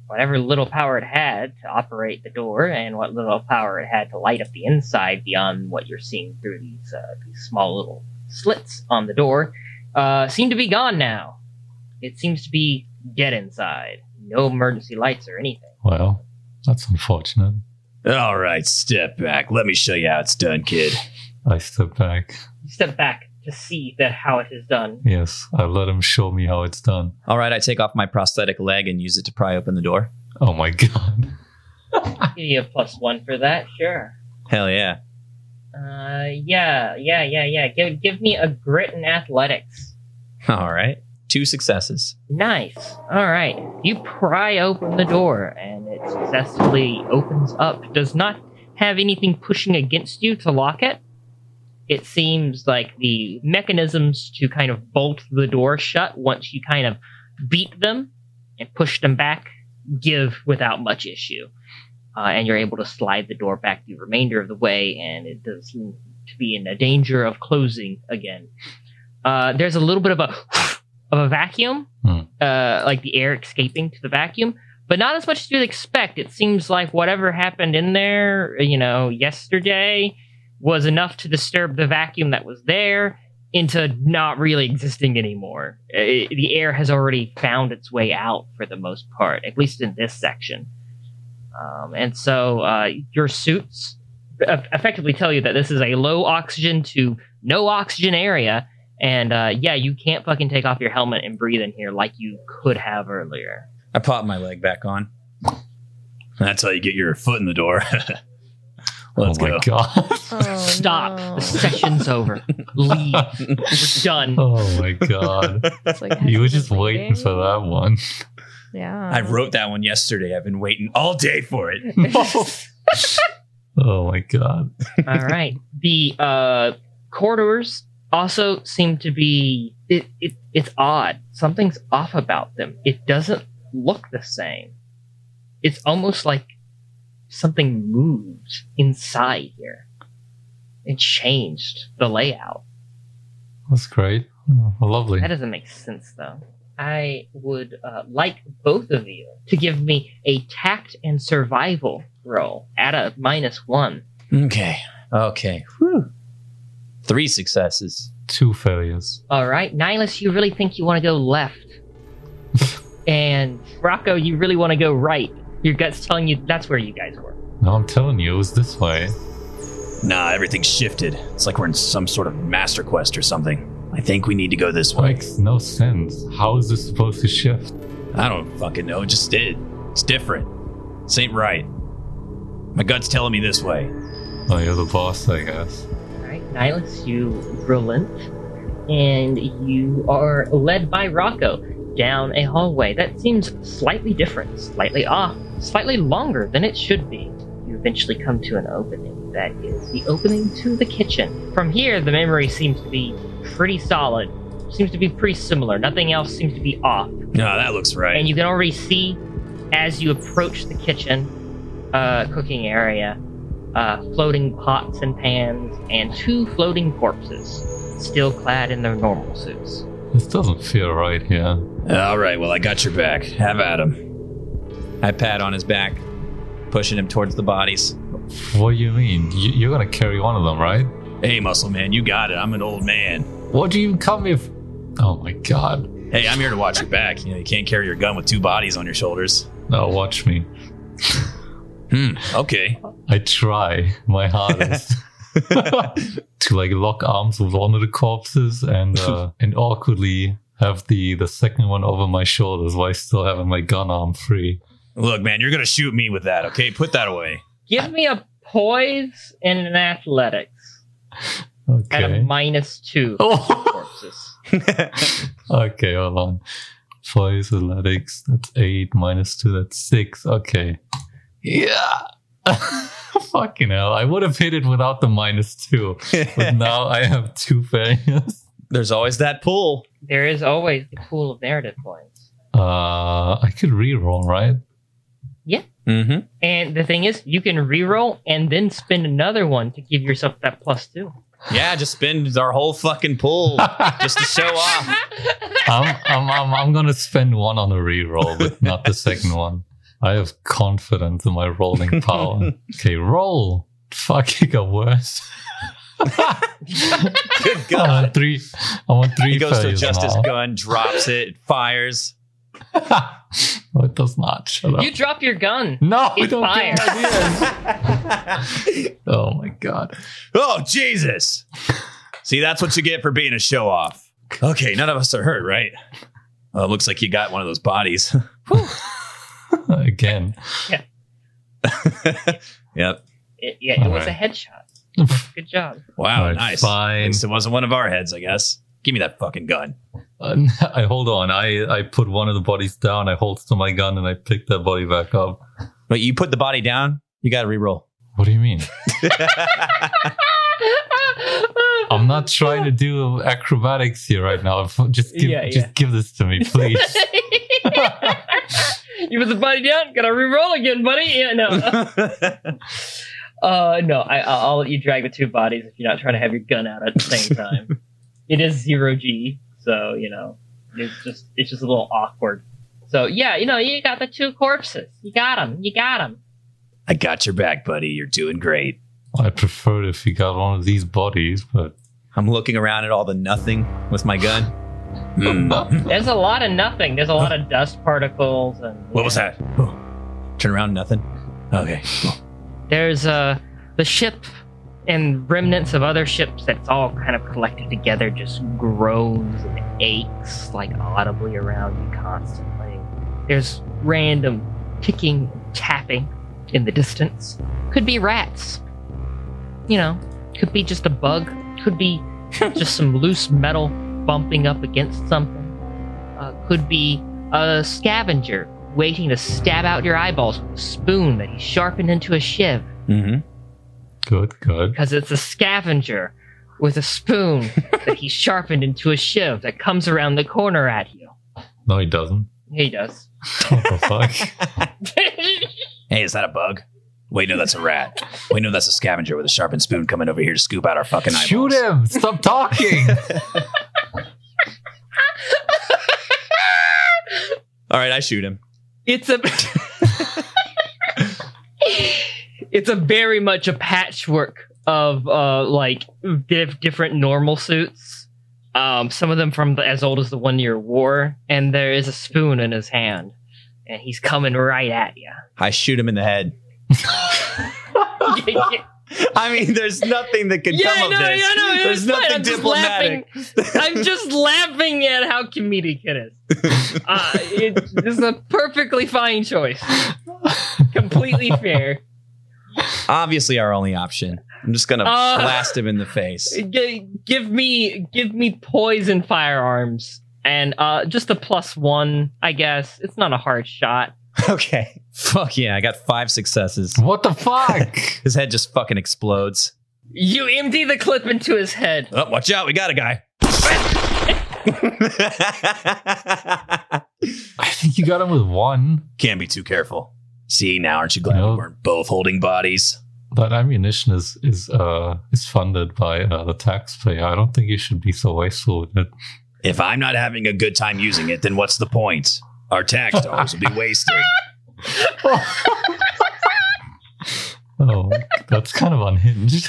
Whatever little power it had to operate the door, and what little power it had to light up the inside beyond what you're seeing through these uh, these small little slits on the door uh, seem to be gone now. It seems to be dead inside. No emergency lights or anything.
Well, that's unfortunate.
All right, step back. Let me show you how it's done, kid.
I step back.
You step back to see that how it is done.
Yes, I let him show me how it's done.
All right, I take off my prosthetic leg and use it to pry open the door.
Oh my god.
Give you a plus one for that, sure.
Hell yeah.
Uh, yeah, yeah, yeah, yeah. Give give me a grit and athletics.
All right. Two successes.
Nice. All right. You pry open the door, and it successfully opens up. Does not have anything pushing against you to lock it. It seems like the mechanisms to kind of bolt the door shut once you kind of beat them and push them back give without much issue. Uh, and you're able to slide the door back the remainder of the way, and it does seem to be in a danger of closing again. Uh, there's a little bit of a of a vacuum,
Hmm.
uh, like the air escaping to the vacuum, but not as much as you'd expect. It seems like whatever happened in there, you know, yesterday was enough to disturb the vacuum that was there into not really existing anymore. Uh, the air has already found its way out for the most part, at least in this section. Um, and so uh, your suits eff- effectively tell you that this is a low oxygen to no oxygen area. And uh, yeah, you can't fucking take off your helmet and breathe in here like you could have earlier.
I pop my leg back on.
That's how you get your foot in the door. Let's
oh my
go.
god.
Oh,
Stop.
no.
The session's over. Leave. We're done.
Oh my god.
It's like,
you were
has
just
been
waiting for that one.
Yeah.
I wrote that one yesterday. I've been waiting all day for it.
Oh my god.
All right. The uh, corridors also seem to be it, it. It's odd. Something's off about them. It doesn't look the same. It's almost like something moved inside here. It changed the layout.
That's great. Oh, lovely.
That doesn't make sense, though. I would uh, like both of you to give me a tact and survival roll at a minus one.
Okay. Okay. Whew. Three successes.
Two failures.
All right, Nihilus, you really think you want to go left, and Rocco, you really want to go right. Your gut's telling you that's where you guys were.
No, I'm telling you, it was this way.
Nah, everything's shifted. It's like we're in some sort of master quest or something. I think we need to go this way.
Makes no sense. How is this supposed to shift?
I don't fucking know. It just did. It's different. This ain't right. My gut's telling me this way.
Oh, you're the boss, I guess.
All right, Nihilus, you relent, and you are led by Rocco down a hallway that seems slightly different, slightly off, slightly longer than it should be. You eventually come to an opening that is the opening to the kitchen. From here, the memory seems to be pretty solid. Seems to be pretty similar. Nothing else seems to be off.
No, that looks right.
and you can already see as you approach the kitchen uh, cooking area uh, floating pots and pans and two floating corpses still clad in their normal suits
This doesn't feel right here.
All right, well, I got your back. Have at him.
I pat on his back, pushing him towards the bodies.
What do you mean? You, you're gonna carry one of them, right?
Hey, Muscle Man, you got it. I'm an old man.
What do you come if? Oh my god.
Hey, I'm here to watch your back. You know, you can't carry your gun with two bodies on your shoulders.
Now watch me.
Hmm. Okay.
I try my hardest to like lock arms with one of the corpses and uh, and awkwardly have the the second one over my shoulders while still having my gun arm free.
Look, man, you're gonna shoot me with that. Okay, put that away.
give me a poise and an athletics at a
Okay.
minus two
Oh.
corpses
Okay, hold on. Poise, athletics, that's eight, minus two, that's six. Okay. Yeah. Fucking hell. I would have hit it without the minus two. But now I have two failures.
There's always that pull.
there is always the pool of narrative points
Uh I could reroll, right?
Mm-hmm.
and the thing is you can reroll and then spend another one to give yourself that plus two
Yeah, just spend our whole fucking pull
I'm,
just to show off.
I'm I'm I'm gonna spend one on a reroll, but not the second one. I have confidence in my rolling power. Okay, roll. Fuck it got worse.
Good
I
God.
want three I want three
He goes to
failures
adjust his
now.
gun, drops it, fires.
no, it does not. Shut up.
you drop your gun
no, we
It's
don't
fire.
get ideas. oh my god.
Oh, Jesus. See, that's what you get for being a show off. Okay, none of us are hurt, right? Uh, looks like you got one of those bodies.
Again.
yep.
It, yeah, it was a
Alright.
headshot. Good job.
Oh,
Wow,
Alright,
nice. At
Fine.
least it wasn't one of our heads, I guess. Give me that fucking gun.
Uh, I hold on. I, I put one of the bodies down, I holster my gun, and I pick that body back up.
But you put the body down, you got to re-roll.
What do you mean? I'm not trying to do acrobatics here right now. F- Just give,
Yeah,
just
yeah.
give this to me, please.
you put the body down. Gotta re-roll again, buddy. Yeah, no. uh, no. I, I'll I'll let you drag the two bodies if you're not trying to have your gun out at the same time. it is zero G, so you know it's just it's just a little awkward. So yeah, you know you got the two corpses. You got them. You got them.
I got your back, buddy. You're doing great.
I prefer if you got one of these bodies, but
I'm looking around at all the nothing with my gun.
Hmm.
There's a lot of nothing. There's a lot of dust particles and
What was that? Oh.
Turn around, nothing.
Okay.
there's uh the ship and remnants of other ships that's all kind of collected together just groans and aches like audibly around you constantly there's random ticking and tapping in the distance. Could be rats. You know, could be just a bug. Could be just some loose metal bumping up against something. Uh, could be a scavenger waiting to stab out your eyeballs with a spoon that he sharpened into a shiv
Mm-hmm.
Good, good.
because it's a scavenger with a spoon that he sharpened into a shiv that comes around the corner at you.
No, he doesn't.
He does.
What the fuck?
Hey, is that a bug? Wait, no, that's a rat. Wait, no, that's a scavenger with a sharpened spoon coming over here to scoop out our fucking eyeballs.
Shoot him! Stop talking!
All right, I shoot him.
It's a It's a very much a patchwork of uh like diff- different normal suits. Um some of them from the, as old as the one year war and there is a spoon in his hand and he's coming right at you.
I shoot him in the head. I mean, there's nothing that could come of this.
it
there's
was fine.
nothing
I'm just
diplomatic.
laughing- I'm just laughing at how comedic it is. Uh, it, this is a perfectly fine choice. Completely fair.
Obviously, our only option. I'm just gonna
Uh.
blast him in the face.
G- give me give me poison firearms and uh just a plus one i guess it's not a hard shot
Okay. Fuck yeah! I got five successes.
what the fuck?
His head just fucking explodes.
you empty the clip into his head
Oh, watch out! We got a guy.
I think you got him with one.
Can't be too careful. See, now aren't you glad
No.
we weren't both holding bodies?
That ammunition is is uh is funded by uh, the taxpayer. I don't think you should be so wasteful with it.
If I'm not having a good time using it, then what's the point? Our tax dollars will be wasted.
Oh, that's kind of unhinged.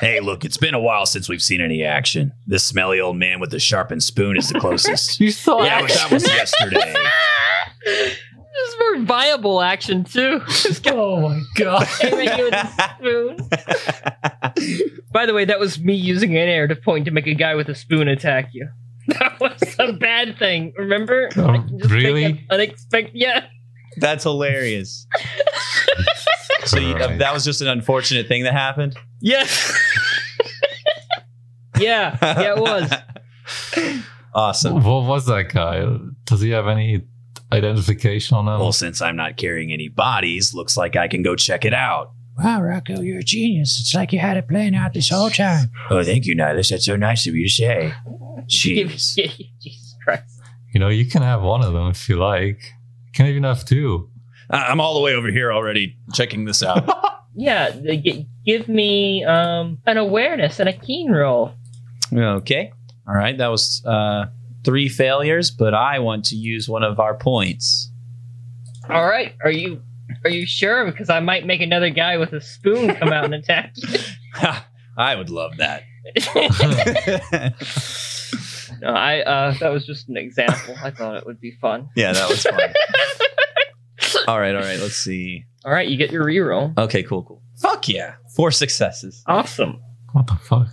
Hey, look, it's been a while since we've seen any action. This smelly old man with the sharpened spoon is the closest.
You saw
yeah, but that was yesterday.
this is more viable action too
Oh my god!
Aiming you with a spoon. by the way that was me using an air to point to make a guy with a spoon attack you that was a bad thing remember
Oh,
I can just make
really?
an unexpected yeah
That's hilarious. So you, uh,
Christ.
that was just an unfortunate thing that happened.
yes yeah yeah it was
Awesome.
what was that guy? Does he have any identification on him?
Well, since I'm not carrying any bodies, looks like I can go check it out. Wow, Rocco, you're a genius. It's like you had it playing out this whole time. Oh, thank you, Nihilus. That's so nice of you to say. Jeez.
Give- Jesus Christ.
You know, you can have one of them if you like. You can even have two.
I- I'm all the way over here already checking this out.
Yeah, the- g- give me um, an awareness and a keen roll.
Okay. All right. That was uh, three failures, but I want to use one of our points.
All right, are you are you sure? Because I might make another guy with a spoon come out and attack you.
I would love that.
No, I uh, that was just an example. I thought it would be fun.
yeah, that was fun. all right. All right. Let's see.
All right, you get your reroll.
Okay. Cool. Cool. Fuck yeah. Four successes.
Awesome.
What the fuck?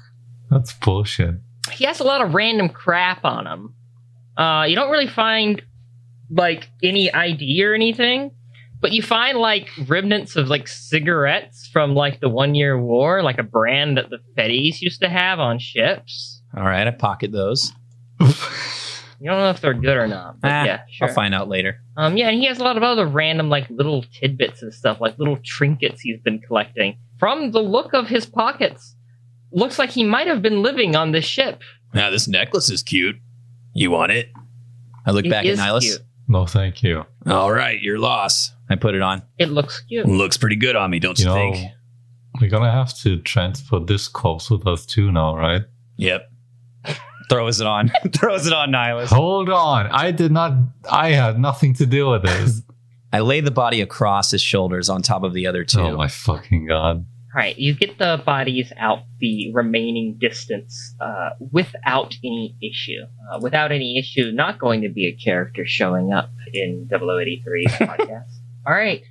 That's bullshit.
He has a lot of random crap on him. Uh, you don't really find like any ID or anything, but you find like remnants of like cigarettes from like the one year war, like a brand that the Fedis used to have on ships.
All right. I pocket those.
You don't know if they're good or not, but
Ah,
yeah, sure.
I'll find out later.
Um, yeah, and he has a lot of other random like little tidbits and stuff, like little trinkets he's been collecting. From the look of his pockets, looks like he might have been living on this ship.
Now, this necklace is cute. You want it?
I look
It
back at
is
Nihilus.
cute.
No, thank you.
All right, your loss.
I put it on.
It looks cute.
Looks pretty good on me, don't
You
you,
know,
think?
we're gonna have to transport this corpse with us too now, right?
Yep.
Throws it on. Throws it on Nihilus.
Hold on. I did not. I had nothing to do with this.
I lay the body across his shoulders on top of the other two.
oh my fucking god.
All right, you get the bodies out the remaining distance uh, without any issue. Uh, without any issue, not going to be a character showing up in 0083's podcast. All right,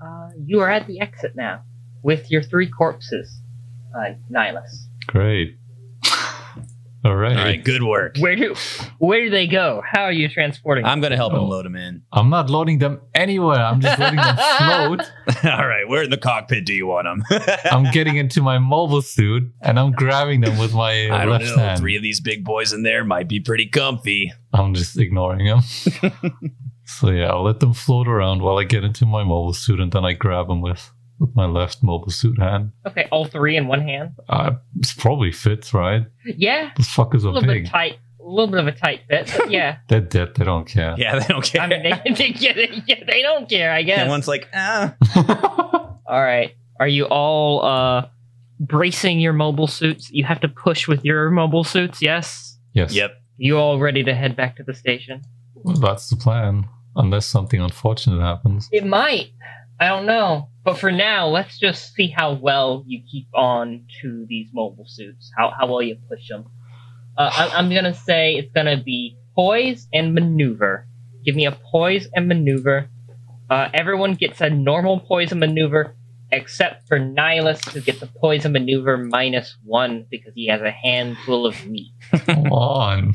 uh, you are at the exit now with your three corpses, uh, Nihilus.
Great. All right.
All right, good work.
Where do where do they go? How are you transporting? them?
I'm gonna
Oh.
help him load him in.
I'm not loading them anywhere. I'm just letting them float.
All right, where in the cockpit do you want them?
I'm getting into my mobile suit and I'm grabbing them with my
I don't
left
know.
hand.
Three of these big boys in there might be pretty comfy.
I'm just ignoring them. so yeah, I'll let them float around while I get into my mobile suit and then I grab them with, with my left mobile suit hand.
okay, all three in one hand.
Uh, it's probably fits, right?
Yeah,
Those fuckers
a
are
little bit
big.
tight, a little bit of a tight fit. but yeah,
They're dead. They don't care.
Yeah, they don't care.
I mean, they, they, yeah, they, yeah, they don't care. I guess.
And one's like, ah.
All right. Are you all uh bracing your mobile suits? You have to push with your mobile suits, yes?
yes.
Yep.
You all ready to head back to the station?
Well, that's the plan. Unless something unfortunate happens.
It might. I don't know. But for now, let's just see how well you keep on to these mobile suits. How how well you push them. Uh, I, I'm gonna say it's gonna be poise and maneuver. Give me a poise and maneuver. Uh, everyone gets a normal poise and maneuver, except for Nihilus, who gets a poise and maneuver minus one because he has a handful of meat.
Come on.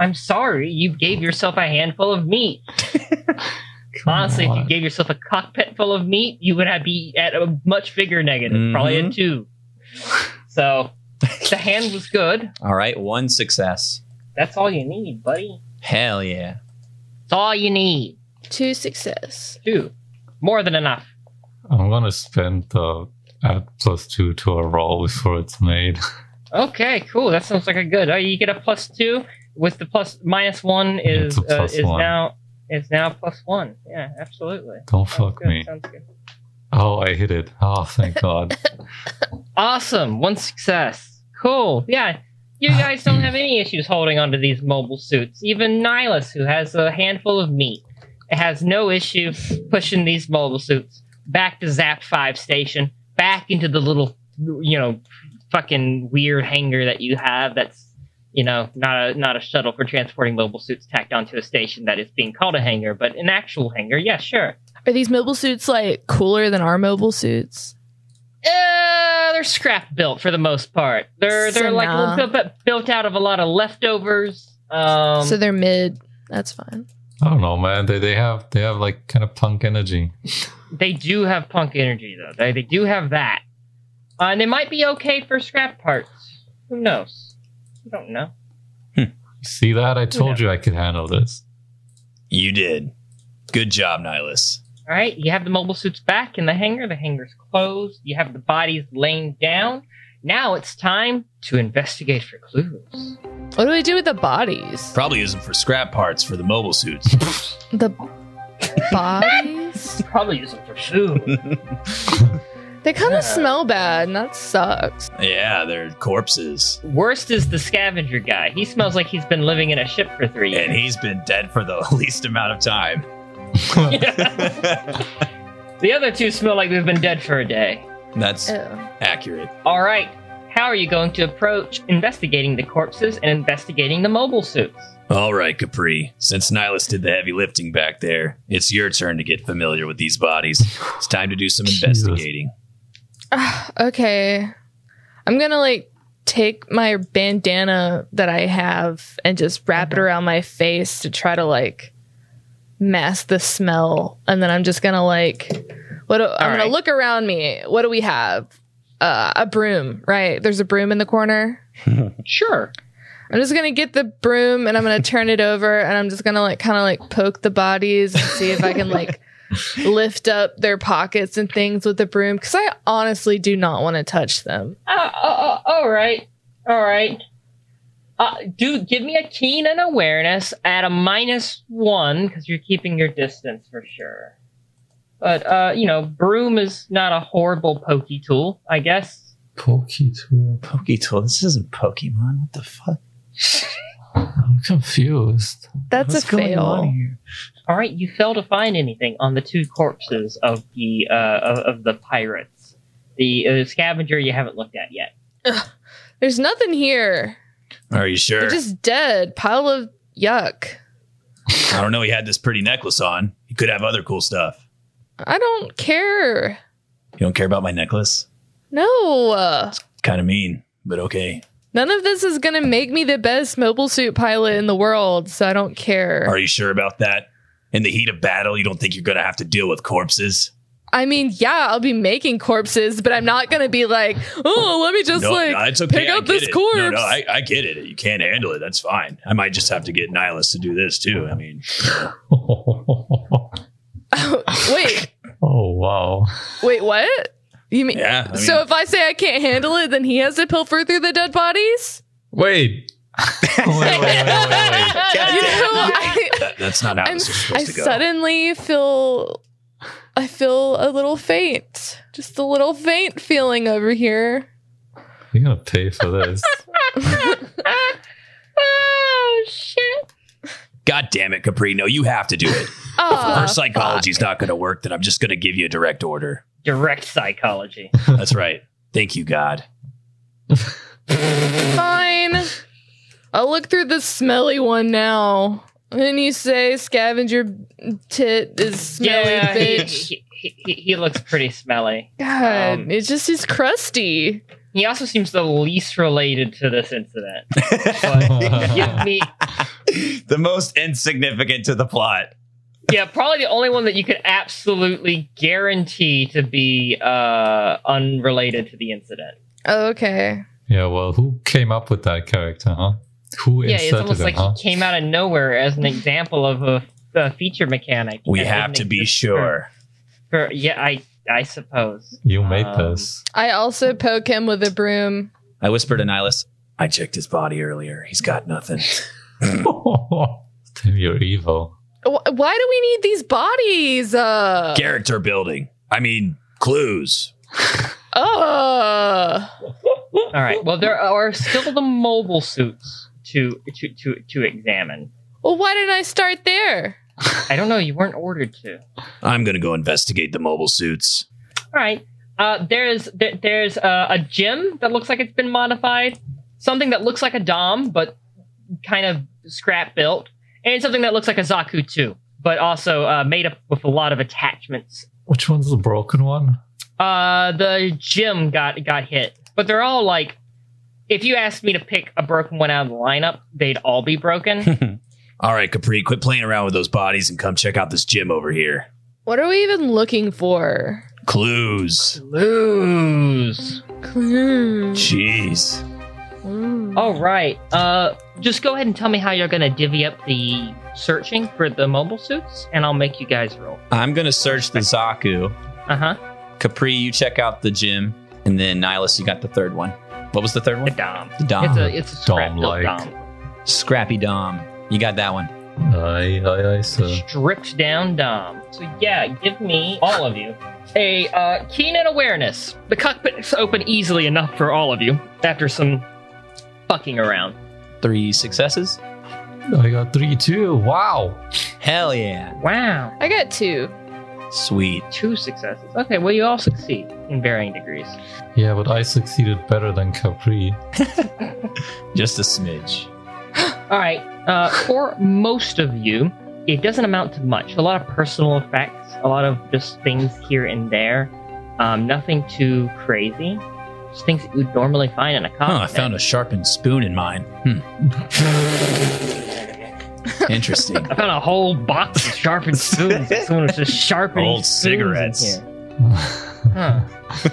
I'm sorry, you gave yourself a handful of meat.
Come
Honestly, if
on.
you gave yourself a cockpit full of meat, you would have be at a much bigger negative, probably
Mm-hmm.
a two. So the hand was good.
All right, one success.
That's all you need, buddy.
Hell yeah.
It's all you need.
Two success.
Two. More than enough.
I'm gonna spend uh, add plus two to a roll before it's made.
Okay, cool. That sounds like a good. Oh, you get a plus two with the plus minus one is
it's a plus
uh, is
one.
now is now plus one. Yeah, absolutely.
Don't
Sounds
fuck
good,
me.
Sounds good.
Oh, I hit it. Oh, thank God.
Awesome. One success. Cool. Yeah. You guys don't have any issues holding onto these mobile suits. Even Nihilus, who has a handful of meat, has no issue pushing these mobile suits back to Zap 5 station, back into the little, you know, fucking weird hangar that you have that's, you know, not a not a shuttle for transporting mobile suits tacked onto a station that is being called a hangar, but an actual hangar. Yeah, sure.
Are these mobile suits like cooler than our mobile suits?
Uh, they're scrap built for the most part. They're they're
So
like
nah.
a little bit built out of a lot of leftovers. Um,
so they're mid. That's fine.
I don't know, man. They they have they have like kind of punk energy.
they do have punk energy though. They they do have that, uh, and they might be okay for scrap parts. Who knows? I don't know.
You see that? I told you I could handle this.
You did. Good job, Nihilus.
All right, you have the mobile suits back in the hangar. The hangar's closed. You have the bodies laying down. Now it's time to investigate for clues.
What do we do with the bodies?
Probably use them for scrap parts for the mobile suits.
The bodies?
Probably use them for food.
They kind
Yeah.
of smell bad, and that sucks.
yeah, they're corpses.
Worst is the scavenger guy. He smells like he's been living in a ship for three years.
And he's been dead for the least amount of time.
The other two smell like they've been dead for a day.
That's
Ew.
accurate.
All right, how are you going to approach investigating the corpses and investigating the mobile suits?
All right, Capri. Since Nihilus did the heavy lifting back there, it's your turn to get familiar with these bodies. It's time to do some
Jesus.
investigating.
Ah, okay. I'm gonna like take my bandana that I have and just wrap it around my face to try to like mask the smell. And then I'm just gonna like what do, I'm
right.
gonna look around me. What do we have? Uh, a broom, right? There's a broom in the corner.
Sure.
I'm just gonna get the broom and I'm gonna turn it over and I'm just gonna like kind of like poke the bodies and see if I can like lift up their pockets and things with the broom because I honestly do not want to touch them.
Uh, uh, uh, all right, all right. Uh, do give me a keen and awareness at a minus one because you're keeping your distance for sure. But uh, you know, broom is not a horrible pokey tool, I guess.
Pokey tool.
Pokey tool. This isn't Pokemon. What the fuck?
I'm confused.
That's
What's
a
going on
fail.
here?
All right, you fail to find anything on the two corpses of the uh, of, of the pirates. The uh, scavenger you haven't looked at yet.
There's nothing here.
Are you sure?
They're just dead. Pile of yuck.
I don't know. He had this pretty necklace on. He could have other cool stuff.
I don't care.
You don't care about my necklace?
No.
Kind of mean, but okay.
None of this is going to make me the best mobile suit pilot in the world, so I don't care.
Are you sure about that? In the heat of battle, you don't think you're going to have to deal with corpses?
I mean, yeah, I'll be making corpses, but I'm not going to be like, oh, let me just
no,
like
no, it's okay.
pick
I
up
get
this
it.
corpse.
No, no, I, I get it. You can't handle it. That's fine. I might just have to get Nihilus to do this too. I mean,
oh
wait,
wow.
wait, what? You mean?
yeah. I mean,
so if I say I can't handle it, then he has to pilfer through the dead bodies?
Wait. wait, wait, wait, wait,
You know, I,
that- that's not how
I'm,
this is supposed
I
to go.
suddenly feel I feel a little faint. Just a little faint feeling over here.
wait. You're gonna pay for this.
Ah! oh shit!
God damn it, Caprino. You have to do it.
Uh,
Ah,
Her psychology's not going to work, then I'm just going to give you a direct order.
Direct psychology.
That's right. Thank you, God.
fine. I'll look through the smelly one now. And you say scavenger tit is smelly
he,
bitch.
he, he, he- he looks pretty smelly.
God,
Um,
it's just he's crusty.
He also seems the least related to this incident. But give me,
the most insignificant to the plot.
yeah, probably the only one that you could absolutely guarantee to be uh, unrelated to the incident.
Oh, okay.
yeah, well, who came up with that character, huh? Who
yeah, it's
inserted
almost
him,
like
huh?
he came out of nowhere as an example of a, a feature mechanic.
We
that
have
didn't
to be
exist for-
sure.
for- yeah, I I suppose
You made
Um,
this.
I also poke him with a broom.
I whispered to Nihilus,
I checked his body earlier. He's got nothing.
Damn, you're evil.
Wh- Why do we need these bodies? Uh,
Character building. I mean, clues.
uh.
All right. Well, there are still the mobile suits to to to to examine.
Well, why didn't I start there?
I don't know. You weren't ordered to.
I'm going to go investigate the mobile suits.
All right. Uh, there's there, there's uh, a gym that looks like it's been modified. Something that looks like a dom, but kind of scrap built, and something that looks like a zaku too, but also uh, made up with a lot of attachments.
Which one's the broken one?
Uh, the gym got got hit, but they're all like, if you asked me to pick a broken one out of the lineup, they'd all be broken.
All right, Capri, quit playing around with those bodies and come check out this gym over here.
What are we even looking for?
Clues.
Lose.
Hmm.
Clues.
Jeez.
Oh.
All right. Uh, just go ahead and tell me how you're gonna divvy up the searching for the mobile suits, and I'll make you guys roll.
I'm going to search the Zaku.
Uh huh.
Capri, you check out the gym. And then Nihilus, you got the third one. What was the third
The
one?
dom.
The Dom.
It's a it's a scrap built
Dom-like.
dom.
Scrappy Dom. You got that one.
Aye, aye, aye, sir.
Stripped down dom. So yeah, give me all of you a uh, keen and awareness. The cockpit is open easily enough for all of you after some fucking around.
Three successes.
I got three, two. Wow.
Hell yeah.
Wow.
I got two.
Sweet.
Two successes. Okay. Well, you all succeed in varying degrees.
Yeah, but I succeeded better than Capri.
Just a smidge.
All right. Uh, for most of you, it doesn't amount to much. A lot of personal effects, a lot of just things here and there. Um, nothing too crazy. Just things that you would normally find in a
Oh,
comic.
I found a sharpened spoon in mine. Hmm. Interesting.
I found a whole box of sharpened spoons. that Someone was just sharpening
Old
spoons in
cigarettes.
here. Huh.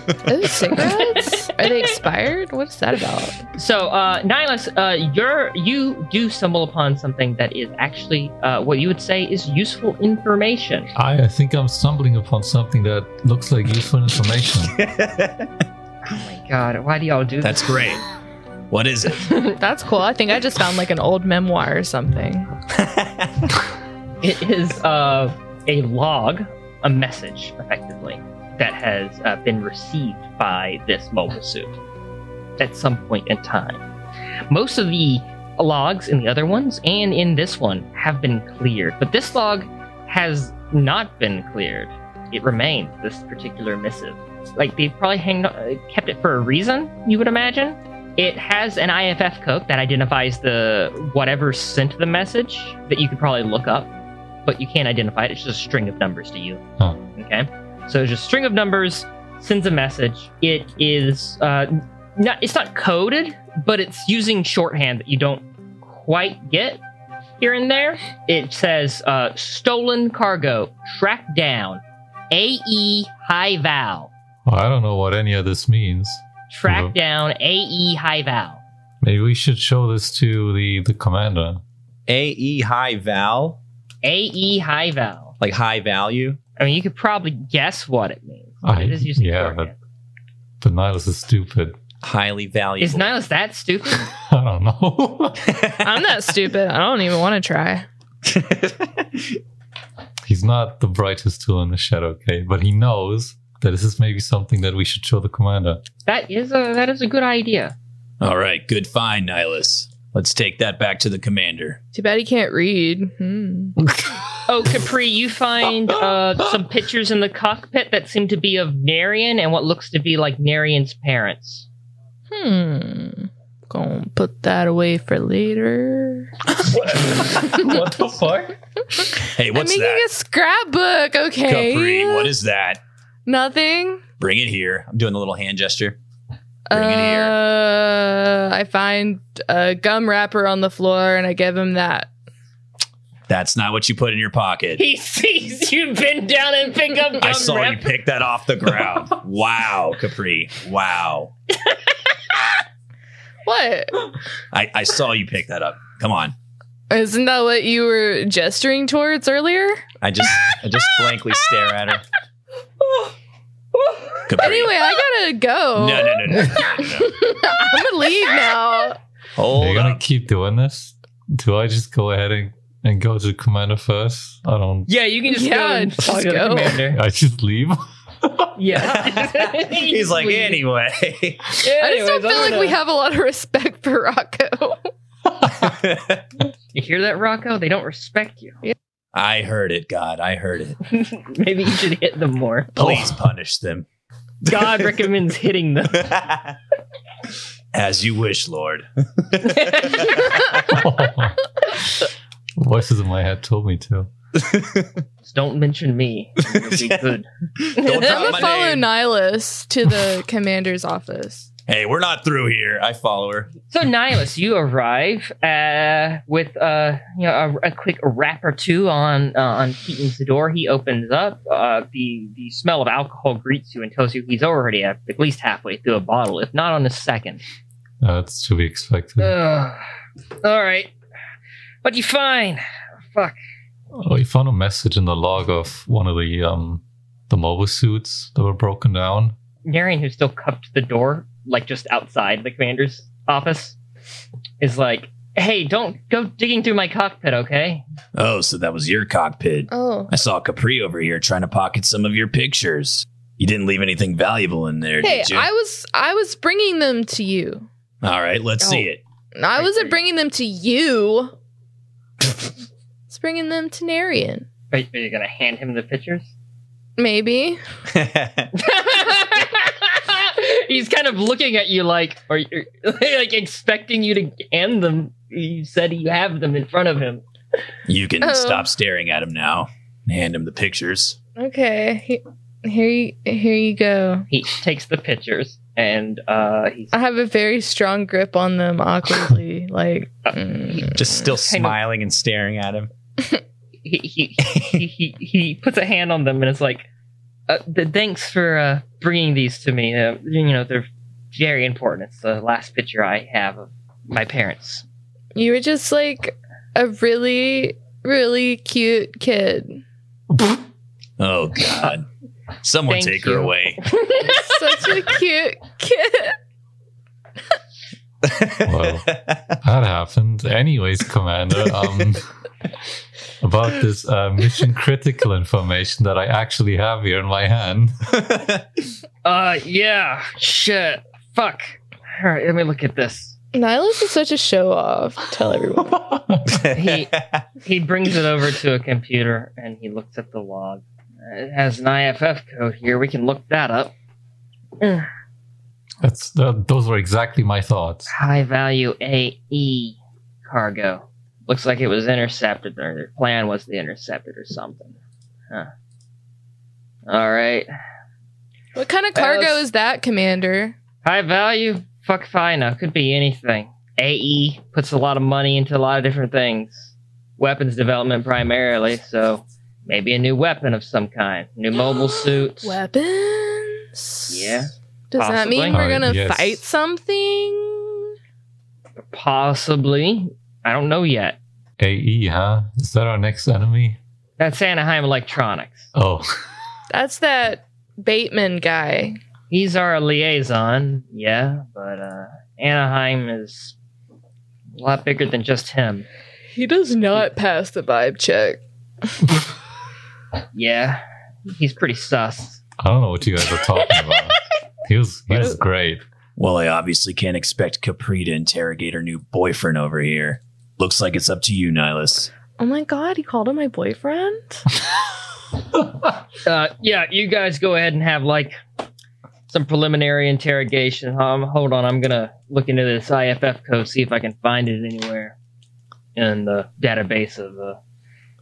Are those cigarettes? are they expired? What's that about?
So, uh, Nihilus, uh, you're, you do stumble upon something that is actually uh, what you would say is useful information.
I, I think I'm stumbling upon something that looks like useful information.
Oh my god, why do y'all do that?
That's great. What is it?
That's cool. I think I just found like an old memoir or something.
It is uh, a log, a message, effectively, that has uh, been received by this mobile suit at some point in time. Most of the logs in the other ones and in this one have been cleared, but this log has not been cleared. It remains this particular missive. Like they've probably hanged, uh, kept it for a reason, you would imagine. It has an IFF code that identifies the whatever sent the message that you could probably look up but you can't identify it. It's just a string of numbers to you.
Huh.
Okay. So it's just a string of numbers, sends a message. It is uh, not it's not coded, but it's using shorthand that you don't quite get here and there. It says uh, stolen cargo tracked down, AE high val
Oh, I don't know what any of this means.
track
Mhm.
down AE high val.
Maybe we should show this to the the commander.
AE E high val,
AE E high val.
like high value.
I mean, you could probably guess what it means. but
I-
it is using
yeah,
shorthand.
But Nihilus is stupid.
Highly valuable.
Is Nihilus that stupid?
I don't know.
I'm not stupid. I don't even want to try.
He's not the brightest tool in the shed, okay? But he knows that this is maybe something that we should show the commander.
that is a that is a good idea.
All right, good find, Nihilus. Let's take that back to the commander.
Too bad he can't read. Hmm.
Oh, Capri, you find uh, some pictures in the cockpit that seem to be of Narian and what looks to be like Narian's parents.
Hmm. Gonna put that away for later.
what the fuck?
Hey, what's
I'm making
that?
a scrapbook, okay?
Capri, what is that?
Nothing.
Bring it here. I'm doing the little hand gesture. Bring it here.
Uh, I find a gum wrapper on the floor and I give him that.
That's not what you put in your pocket.
He sees you bend down and pick up
I saw you pick that off the ground. wow, Capri. Wow.
What?
I, I saw you pick that up. Come on.
Isn't that what you were gesturing towards earlier?
I just I just blankly stare at her. Capri.
Anyway, I gotta go.
No, no, no, no, no, no, no.
I'm gonna leave now.
Are
Hold
you gonna
on.
keep doing this? Do I just go ahead and, and go to the commander first? I don't.
Yeah, you can just
Yeah,
go and
just
talk to the
go.
commander.
I just leave.
Yeah.
He's like, anyway.
I just don't feel like we have a lot of respect for Rocco.
You hear that, Rocco? They don't respect you.
I heard it, God. I heard it.
Maybe you should hit them more.
Oh.
Please punish them.
God recommends hitting them.
As you wish, Lord.
Voices in my head told me to.
Just don't mention me. It'll be good.
Don't drop
I'm
my
gonna follow
name.
Nihilus to the commander's office.
Hey, we're not through here. I follow her.
So Nihilus, you arrive uh, with uh, you know a, a quick rap or two on uh, on Keaton's door. He opens up. Uh, the the smell of alcohol greets you and tells you he's already at, at least halfway through a bottle, if not on the second.
That's Uh, to be expected.
Ugh. All right, what'd you find? Fuck.
Oh, we found a message in the log of one of the um the mobile suits that were broken down.
Narian, who's still cupped to the door, like just outside the commander's office, is like, "Hey, don't go digging through my cockpit, okay?
Oh, so that was your cockpit.
Oh.
I saw Capri over here trying to pocket some of your pictures. You didn't leave anything valuable in there,
Hey,
did you?
I was I was bringing them to you.
All right, let's see it.
I
I
wasn't
agree.
bringing them to you. It's bringing them to Narian.
Are, are you gonna hand him the pictures?"
Maybe.
He's kind of looking at you like, or or- like expecting you to hand them. You said you have them in front of him.
you can
Oh.
stop staring at him now. and Hand him the pictures.
Okay. he- Here you, here you go.
He takes the pictures and uh, he's
I have a very strong grip on them awkwardly. like mm.
Just still
Kind of-
smiling and staring at him.
he he, he, he he puts a hand on them and it's like, uh, th- "Thanks for uh, bringing these to me. Uh, you know they're very important. It's the last picture I have of my parents."
you were just like a really, really cute kid.
Oh God! Someone
Thank
take
you.
her away.
Such a cute kid.
Wow. That happened. Anyways, Commander, um, about this uh, mission critical information that I actually have here in my hand.
Uh, yeah, shit, fuck. All right, let me look at this.
Nihilus is such a show off. Tell everyone.
He- he brings it over to a computer and he looks at the log. It has an IFF code here. We can look that up. Ugh.
That's that, those were exactly my thoughts.
High value AE cargo. Looks like it was intercepted, or their plan was to intercept it or something. Huh. All right.
What kind of cargo
Alice.
is that, Commander?
High value Fuck if I know. Could be anything. AE puts a lot of money into a lot of different things. Weapons development primarily, so maybe a new weapon of some kind. New mobile suit.
Weapons.
Yeah.
Does that
possibly.
mean we're gonna
Alright, yes.
fight something?
Possibly. I don't know yet.
AE, E, huh? Is that our next enemy?
That's Anaheim Electronics.
Oh,
That's that Bateman guy.
He's our liaison, yeah, but uh, Anaheim is a lot bigger than just him.
He does not pass the vibe check.
Yeah, he's pretty sus.
I don't know what you guys are talking about. He was he was great.
Well, I obviously can't expect Capri to interrogate her new boyfriend over here. Looks like it's up to you, Nihilus.
Oh my god, he called him my boyfriend?
Uh, yeah, you guys go ahead and have like some preliminary interrogation. Um, hold on, I'm gonna look into this IFF code, see if I can find it anywhere in the database of uh,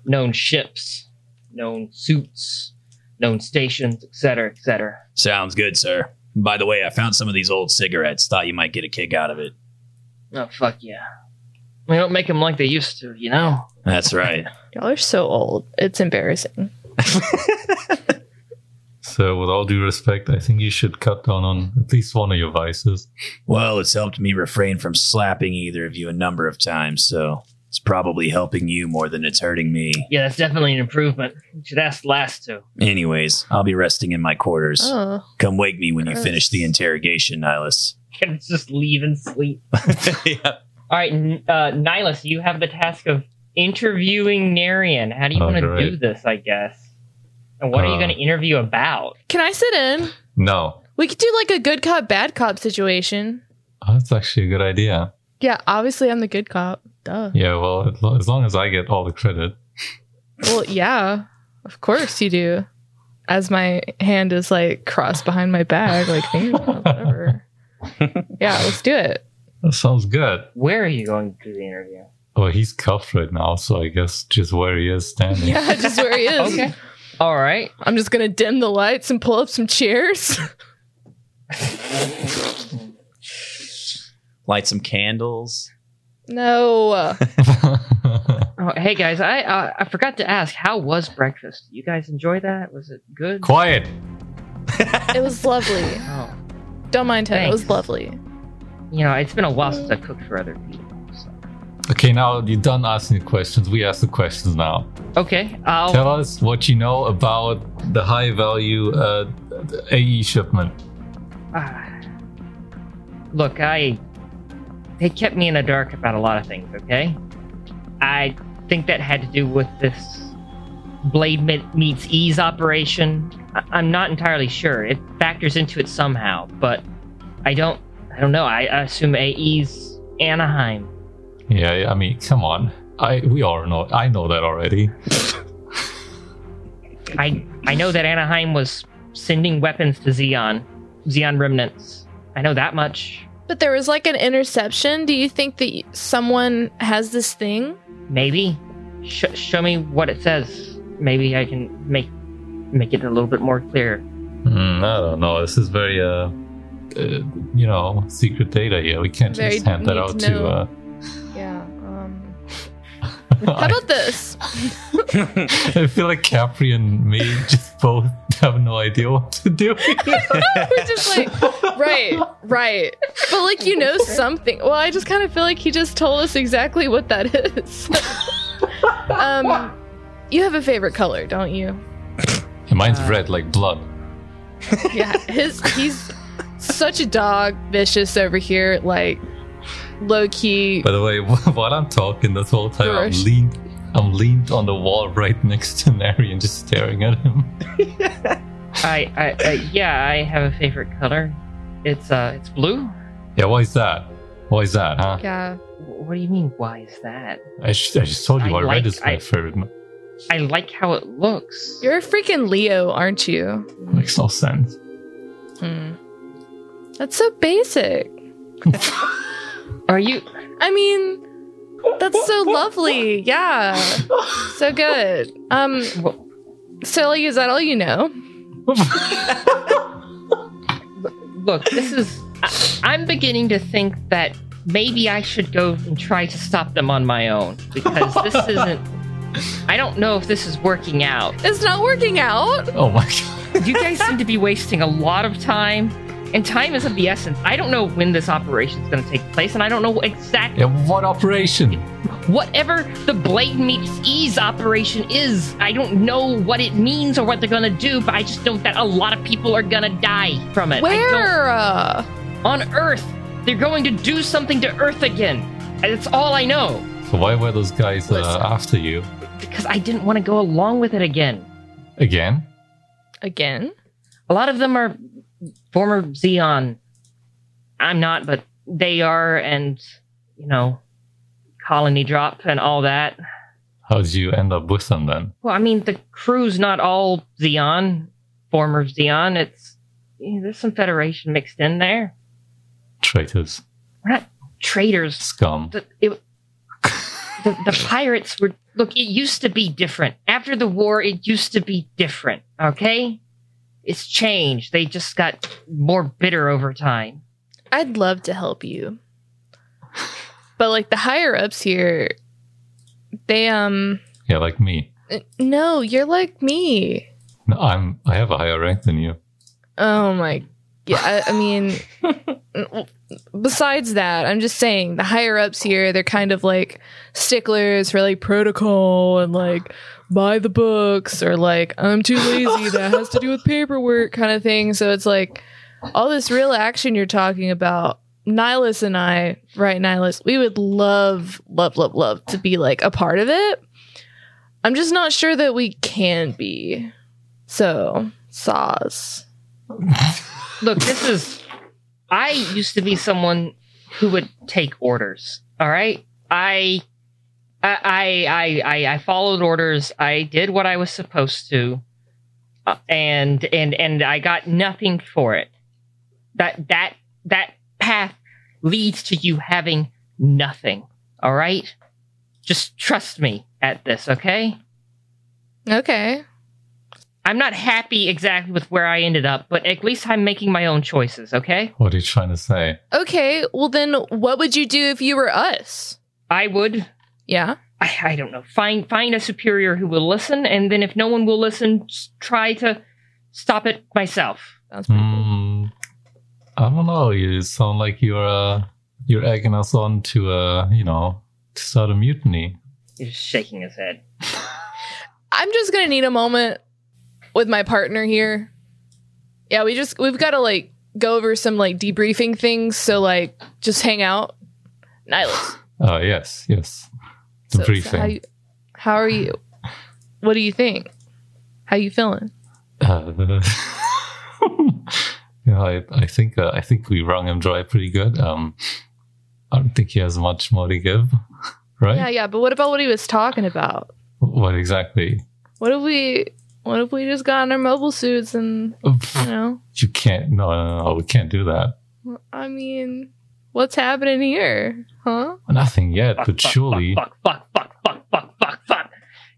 known ships, known suits, known stations, etc., etc.
Sounds good, sir. By the way, I found some of these old cigarettes. Thought you might get a kick out of it.
Oh fuck yeah! We don't make them like they used to, you know.
That's right.
Y'all are so old. It's embarrassing.
So, with all due respect, I think you should cut down on at least one of your vices.
well, it's helped me refrain from slapping either of you a number of times, so it's probably helping you more than it's hurting me.
Yeah, that's definitely an improvement. You should ask the last two.
Anyways, I'll be resting in my quarters.
Oh.
Come wake me when you finish the interrogation, Nihilus.
Can it's just leave and sleep.
yeah.
All right, N- uh, Nihilus, you have the task of interviewing Narian. How do you
Oh,
want to
great.
do this? I guess. And what are you
Uh,
going to interview about?
Can I sit in?
No,
We could do like a good cop, bad cop situation.
Oh, that's actually a good idea.
Yeah, obviously I'm the good cop. Duh.
Yeah, well, as lo- as long as I get all the credit.
Well, yeah. Of course you do. As my hand is like crossed behind my back, like thank you, whatever. yeah, let's do it.
That sounds good.
Where are you going to do the interview?
Oh, he's cuffed right now, so I guess just where he is standing.
Yeah, just where he is.
Okay. All right.
I'm just gonna dim the lights and pull up some chairs.
Light some candles.
no.
Oh, hey guys, I uh, I forgot to ask. How was breakfast? You guys enjoy that? Was it good?
Quiet.
It was lovely.
Oh,
Don't mind him. It was
Thanks.
lovely.
you know, it's been a while since I cooked for other people. So.
Okay, now you're done asking the questions. We ask the questions now.
Okay, I'll
Tell us what you know about the high value uh, AE shipment.
Ah. Look, I. They kept me in the dark about a lot of things, okay? I think that had to do with this Blade Me- Meets Ease operation. I- I'm not entirely sure. It factors into it somehow, but I don't. I don't know. I, I assume AE's Anaheim.
Yeah, I mean, come on. I we all know. I know that already.
I I know that Anaheim was sending weapons to Xeon, Xeon remnants. I know that much.
But there was like an interception. Do you think that someone has this thing?
Maybe. Sh- show me what it says. Maybe I can make make it a little bit more clear.
Hmm, I don't know. This is very, uh, uh, you know, secret data here. We can't
Very
just hand that
need
out
to
to.
know.
Uh,
Yeah. Um, how about this?
I feel like Capri and me just both have no idea what to do.
We're just like, right, right. But like, you know something. Well, I just kind of feel like he just told us exactly what that is. um, you have a favorite color, don't you?
Mine's red like blood.
yeah his he's such a dog vicious over here like low key
By the way, while I'm talking this whole time, I'm
Gosh.
leaned, I'm leaned on the wall right next to Nary and just staring at him.
I, I, I yeah, I have a favorite color. It's uh, it's blue.
Yeah, why is that? Why is that, huh?
yeah
Wh- What do you mean? Why is that?
I, sh- I just told you,
I
I,
like-
red is my
I-
favorite. It
I like how it looks.
you're a freaking leo aren't you
makes no sense.
Hmm. that's so basic
Are you?
i mean that's so lovely yeah so good um
Well-
so like is that all you know
Look, this is I'm beginning to think that maybe I should go and try to stop them on my own because this isn't. I don't know if this is working out.
It's not working out.
Oh my god.
You guys seem to be wasting a lot of time, and time is of the essence. I don't know when this operation is going to take place, and I don't know exactly
Yeah, what operation?
whatever the Blade Meets Ease operation is. I don't know what it means or what they're going to do, but I just know that a lot of people are going to die from it. I don't-
Where? Uh,
on Earth. They're going to do something to Earth again. And That's all I know
So why were those guys uh,
Listen.
after you
because I didn't want to go along with it again.
again?
again?
A lot of them are former Xeon. I'm not, but they are, and you know, colony drop and all that.
How did you end up with them then?
Well, I mean, the crew's not all Xeon, former Xeon. It's yeah, there's some Federation mixed in there.
Traitors,
We're not traitors.
scum.
the, it, the, the pirates were look it used to be different after the war it used to be different okay it's changed they just got more bitter over time
I'd love to help you. But like the higher ups here, they um
Yeah, like me.
uh, no, you're like me.
No, I'm. I have a higher rank than you.
Oh my yeah, I, I mean besides that, I'm just saying the higher ups here, they're kind of like sticklers for like protocol and like buy the books or like I'm too lazy that has to do with paperwork kind of thing. So it's like all this real action you're talking about. Nihilus and I, right, Nihilus, we would love, love, love, love to be like a part of it. I'm just not sure that we can be. So, saws.
look this is i used to be someone who would take orders all right i i i i, I- I followed orders i did what i was supposed to uh, and and and i got nothing for it that that that path leads to you having nothing all right just trust me at this okay
Okay.
i'm not happy exactly with where i ended up but at least i'm making my own choices okay
What are you trying to say?
Okay, well then what would you do if you were us?
i would
Yeah.
I, I don't know. Find find a superior who will listen, and then if no one will listen, s- try to stop it myself.
Sounds pretty cool.
Hmm. I don't know. You sound like you're uh, you're egging us on to uh, you know, to start a mutiny.
He's just shaking his head.
I'm just gonna need a moment with my partner here. Yeah, we just we've gotta like go over some like debriefing things, so like just hang out. Nihilus.
Uh, yes, yes. The
so- so
briefing.
how, you, how are you? What do you think? How you feeling?
Uh, yeah, I, I think uh, I think we wrung him dry pretty good. Um, I don't think he has much more to give, right?
Yeah, yeah, but what about what he was talking about?
What exactly?
What if we what if we just got in our mobile suits and you know?
You can't. No, no, no, we can't do that.
I mean, what's happening here? Huh?
Nothing yet,
Fuck,
but
fuck,
surely.
Fuck, fuck, fuck, fuck, fuck, fuck, fuck.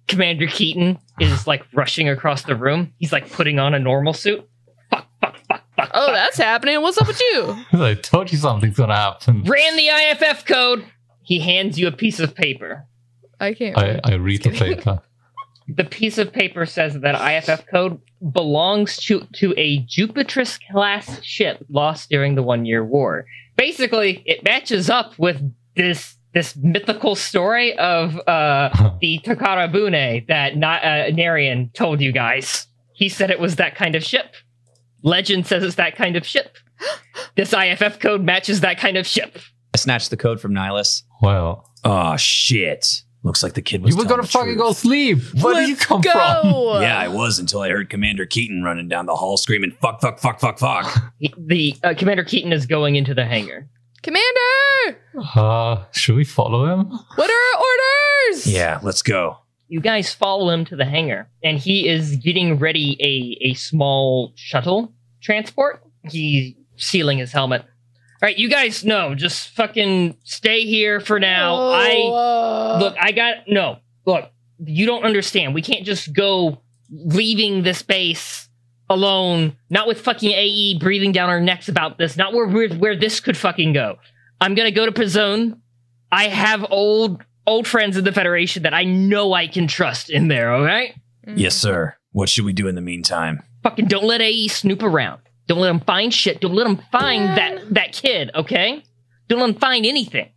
Commander Keaton is like rushing across the room. He's like putting on a normal suit. Fuck, fuck, fuck, fuck.
Oh,
fuck.
that's happening. What's up with you?
I told you something's gonna happen.
ran the IFF code. He hands you a piece of paper.
I can't.
I, I read the
Just kidding.
paper.
The piece of paper says that IFF code belongs to, to a Jupiterus class ship lost during the one year war. Basically, it matches up with this this mythical story of uh, the Takarabune that Na- uh, Narian told you guys. He said it was that kind of ship. Legend says it's that kind of ship. This IFF code matches that kind of ship.
I snatched the code from Nihilus.
Well,
Oh shit! Looks like the kid was.
you were
telling
gonna
the
fucking
truth.
go sleep. Where do you
Let's
come from?
go.
Yeah, I was until I heard Commander Keaton running down the hall screaming "fuck, fuck, fuck, fuck, fuck."
He- The uh, Commander Keaton is going into the hangar.
Commander,
Uh, should we follow him?
what are our orders?
yeah, let's go.
you guys follow him to the hangar, and he is getting ready a, a small shuttle transport. He's sealing his helmet. All right, you guys know, just fucking stay here for now. I
Oh, uh,
look, I got no. Look, you don't understand. We can't just go leaving this base alone, not with fucking AE breathing down our necks about this, not where where, where this could fucking go. I'm gonna go to Prizone. I have old old friends in the Federation that I know I can trust in there. All right,
Mm.
Yes, sir. What should we do in the meantime?
fucking don't let AE snoop around. Don't let him find shit. Don't let him find that that kid. Okay, don't let him find anything.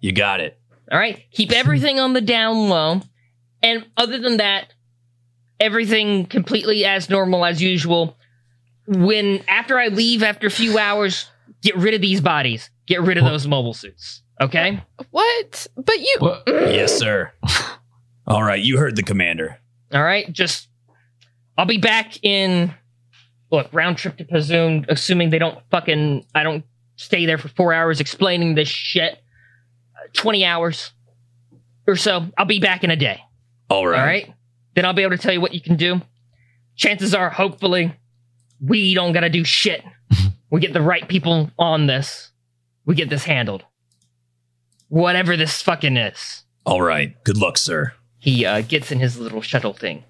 You got it.
All right. Keep everything on the down low. And other than that, everything completely as normal as usual. When after I leave after a few hours, get rid of these bodies. Get rid of those mobile suits. Okay?
What? But you.
What?
Yes, sir. All right, you heard the commander.
All right. Just I'll be back in look, round trip to presume, assuming they don't fucking I don't stay there for four hours explaining this shit. Uh, Twenty hours or so. I'll be back in a day.
All right.
All right. Then I'll be able to tell you what you can do. Chances are, hopefully, we don't gotta do shit. we get the right people on this. We get this handled. Whatever this fucking is.
All right. Good luck, sir.
He uh, gets in his little shuttle thing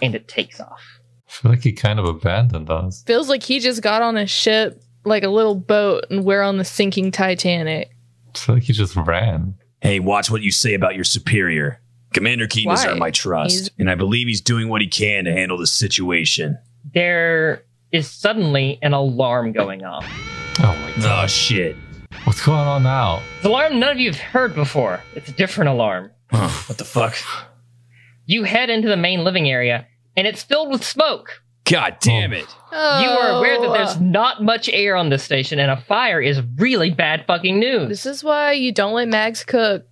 and it takes off.
I feel like he kind of abandoned us.
Feels like he just got on a ship, like a little boat, and we're on the sinking Titanic.
I feel like he just ran.
Hey, watch what you say about your superior. Commander Keaton is
Why?
earned my trust,
He's-
and I believe he's doing what he can to handle the situation.
There is suddenly an alarm going off.
Oh my
Oh,
gosh.
shit.
What's going on now?
It's an alarm none of you have heard before. It's a different alarm.
Huh, what the fuck?
You head into the main living area and it's filled with smoke.
God damn it.
Oh,
You are aware that there's not much air on this station, and a fire is really bad fucking news.
Oh, This is why you don't let Mags cook.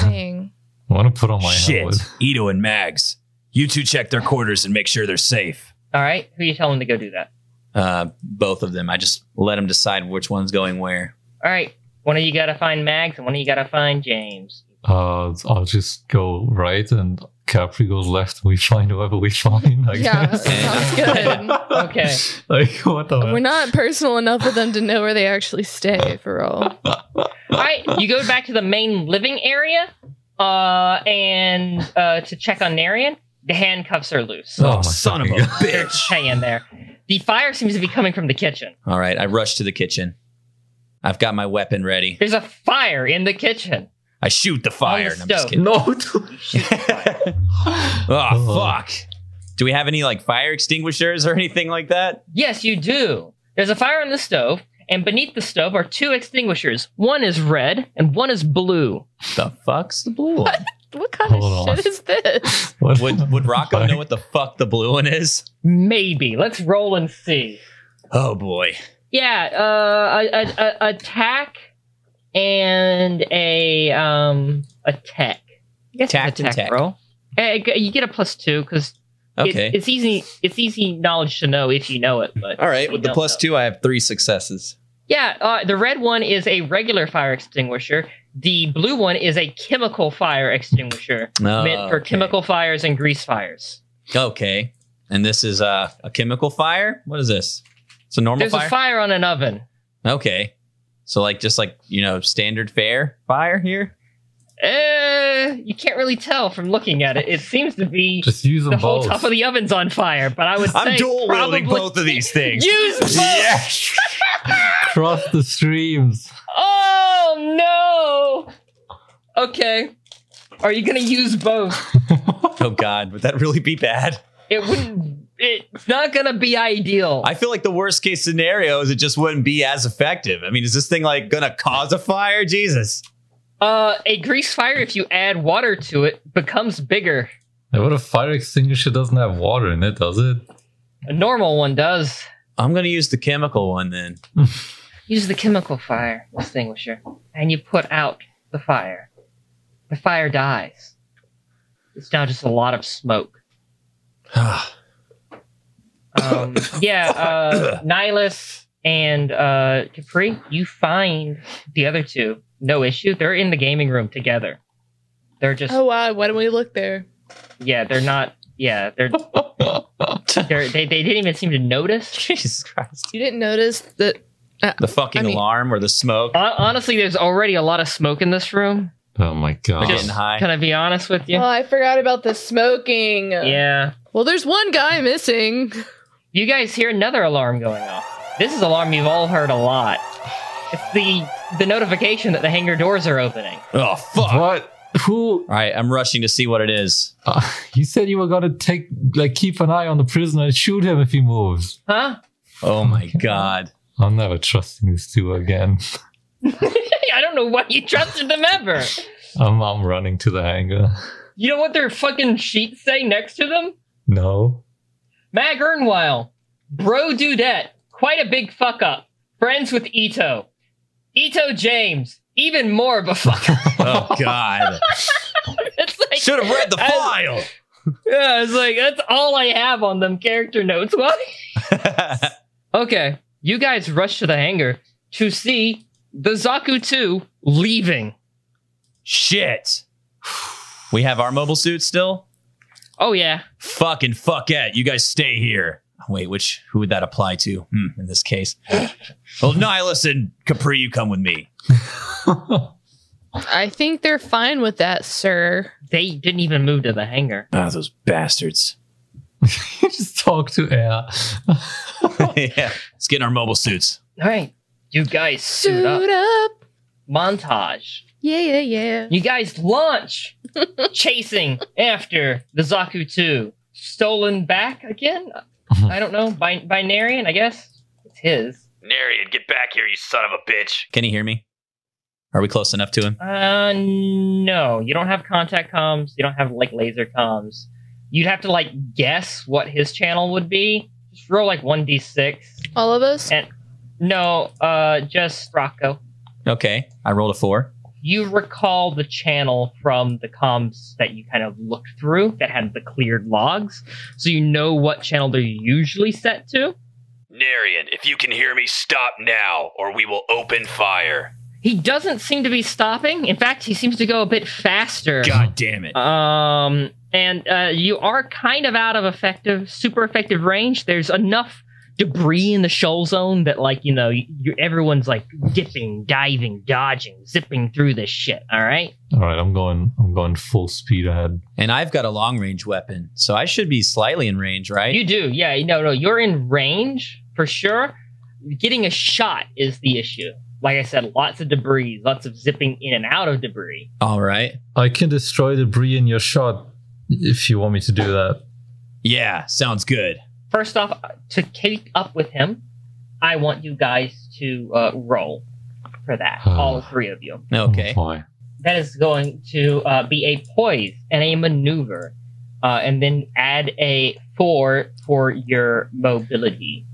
saying.
I want to put on oh my
Shit.
helmet.
Ito and Mags. You two check their quarters and make sure they're safe.
All right, who are you telling to go do that?
Uh, both of them. I just let them decide which one's going where.
All right, one of you gotta find Mags, and one of you gotta find James.
Uh, I'll just go right and Capri goes left and we find whoever we find. I
Yeah,
guess.
sounds good.
Okay.
like, what the
We're not personal enough with them to know where they actually stay, for all.
All right, you go back to the main living area, uh, and uh, to check on Narian. The handcuffs are loose.
Oh, my
son of a
fucking God.
They're
bitch.
hang in there. The fire seems to be coming from the kitchen.
All right. I rush to the kitchen. I've got my weapon ready.
There's a fire in the kitchen.
I shoot the fire.
On
And
the
I'm just
stove.
kidding.
No, dude.
Oh,
Ah,
Oh.
fuck.
Do we have any like fire extinguishers or anything like that?
Yes, you do. There's a fire on the stove, and beneath the stove are two extinguishers. One is red, and one is blue.
The fuck's the blue one?
What kind
Hold
of
on.
shit is this?
What
Would would Rocco
Like,
know what the fuck the blue one is?
Maybe. Let's roll and see.
Oh boy.
Yeah, uh, a, a, a attack and a um a tech. I guess
Tact
it's a
and
tech
tech.
roll. Eh, g- You get a plus two because
Okay.
it's easy. It's easy knowledge to know if you know it. But
All right.
you
With the
don't
plus
know.
two, I have three successes.
Yeah, uh, the red one is a regular fire extinguisher. The blue one is a chemical fire extinguisher meant for
Oh, Ah, okay.
chemical fires and grease fires.
Okay. And this is uh, a chemical fire. What is this? It's a normal
There's
fire.
a fire on an oven.
okay. So like just like you know standard fare fire here.
Uh, you can't really tell from looking at it. It seems to be
Just use them
the whole
both.
top of the oven's on fire, but I would say
I'm dual wielding
probably-
both of these things.
Use both.
Yes.
Cross the streams.
Oh no. Okay. Are you gonna use both?
Oh God, would that really be bad?
It wouldn't. It's not gonna be ideal.
I feel like the worst case scenario is it just wouldn't be as effective. I mean, is this thing like gonna cause a fire? Jesus.
uh, a grease fire, if you add water to it, becomes bigger.
Yeah, What a fire extinguisher doesn't have water in it, does it?
A normal one does.
I'm gonna use the chemical one then.
Use the chemical fire extinguisher, and you put out the fire. The fire dies. It's now just a lot of smoke. um, yeah, uh, Nihilus and uh, Capri, you find the other two. No issue. They're in the gaming room together. They're just,
Oh, wow. Why don't we look there?
yeah, they're not, yeah, they're, they're they, they didn't even seem to notice.
Jesus Christ.
You didn't notice that.
The fucking
I mean-
alarm or the smoke.
Hon- Honestly, there's already a lot of smoke in this room.
Oh my god.
Getting high.
Can I be honest
Uh,
with you?
Oh, I forgot about the smoking.
Yeah.
Well, there's one guy missing.
you guys hear another alarm going off. This is an alarm you've all heard a lot. It's the the notification that the hangar doors are opening.
Oh fuck! All
What? Who?
right, I'm rushing to see what it is.
Uh, you said you were gonna take, like, keep an eye on the prisoner and shoot him if he moves.
Huh?
Oh my god!
I'm never trusting these two again.
I don't know why you trusted them ever.
I'm, I'm running to the hangar.
You know what their fucking sheets say next to them?
No.
Mag Ernwile, Bro Dudette, quite a big fuck up. Friends with Ito. Ito James, even more of a fuck up.
Oh god!
It's like
Should have read the
I-
file.
Yeah, it's like that's all I have on them character notes. What? Okay, you guys rush to the hangar to see the Zaku 2 leaving.
Shit! We have our mobile suits still.
Oh yeah.
Fucking fuck it! You guys stay here. Wait, which who would that apply to? Hmm, in this case, well, Nihilus and Capri, you come with me.
I think they're fine with that, sir.
They didn't even move to the hangar.
Ah, those bastards.
You just talk to air.
yeah, let's get in our mobile suits.
Alright. You guys suit up. Montage.
Yeah, yeah, yeah.
You guys launch chasing after the Zaku 2. Stolen back again? I don't know. By by Narian, I guess. It's his.
Narian, get back here, you son of a bitch.
Can he hear me? Are we close enough to him?
Uh no. You don't have contact comms. You don't have like laser comms. You'd have to like guess what his channel would be. Just roll like 1d6.
All of us?
And- No, uh, just Rocco.
Okay, I rolled a four.
You recall the channel from the comms that you kind of looked through that had the cleared logs, so you know what channel they're usually set to.
Narian, if you can hear me, stop now, or we will open fire.
He doesn't seem to be stopping. In fact, he seems to go a bit faster.
God damn
Uh,
it!
Um, and uh, you are kind of out of effective, super effective range. There's enough debris in the shoal zone that, like, you know, you, everyone's like dipping, diving, dodging, zipping through this shit. All right.
All right, I'm going. I'm going full speed ahead.
And I've got a long range weapon, so I should be slightly in range, right?
You do, yeah. No, no, you're in range for sure. Getting a shot is the issue. Like I said, lots of debris, lots of zipping in and out of debris.
All right.
I can destroy debris in your shot if you want me to do that.
Yeah, sounds good.
First off, uh, to keep up with him, I want you guys to uh, roll for that, all three of you.
Okay.
Oh, boy.
That is going to uh, be a poise and a maneuver, uh, and then add a four for your mobility.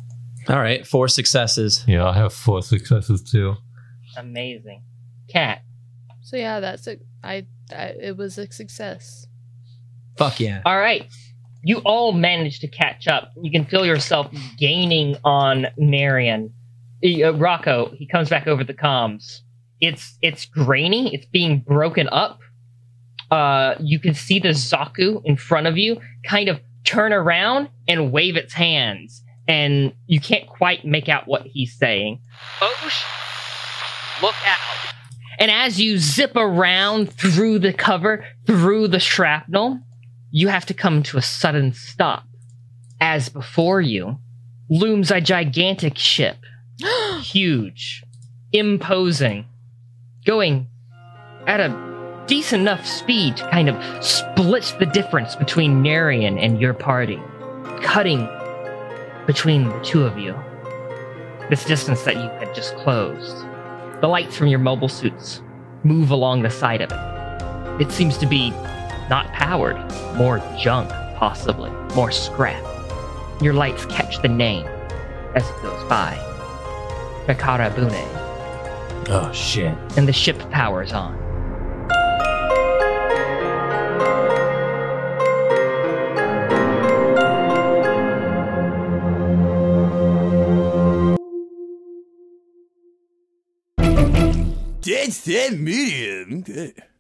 All right. Four successes.
Yeah, I have four successes too.
Amazing, cat.
So yeah, that's a I, I it was a success.
Fuck yeah.
All right. You all manage to catch up. You can feel yourself gaining on Marion. E- uh, Rocco, he comes back over the comms. It's it's grainy. It's being broken up. Uh, you can see the Zaku in front of you kind of turn around and wave its hands, and you can't quite make out what he's saying. Osh, look out! And as you zip around through the cover, through the shrapnel, you have to come to a sudden stop. As before you looms a gigantic ship, huge, imposing, going at a decent enough speed to kind of split the difference between Narian and your party, cutting between the two of you. This distance that you had just closed. The lights from your mobile suits move along the side of it. It seems to be not powered, more junk, possibly, more scrap. Your lights catch the name as it goes by. Nakarabune,
Oh shit.
and the ship powers on.
Dead Set Medium. Good.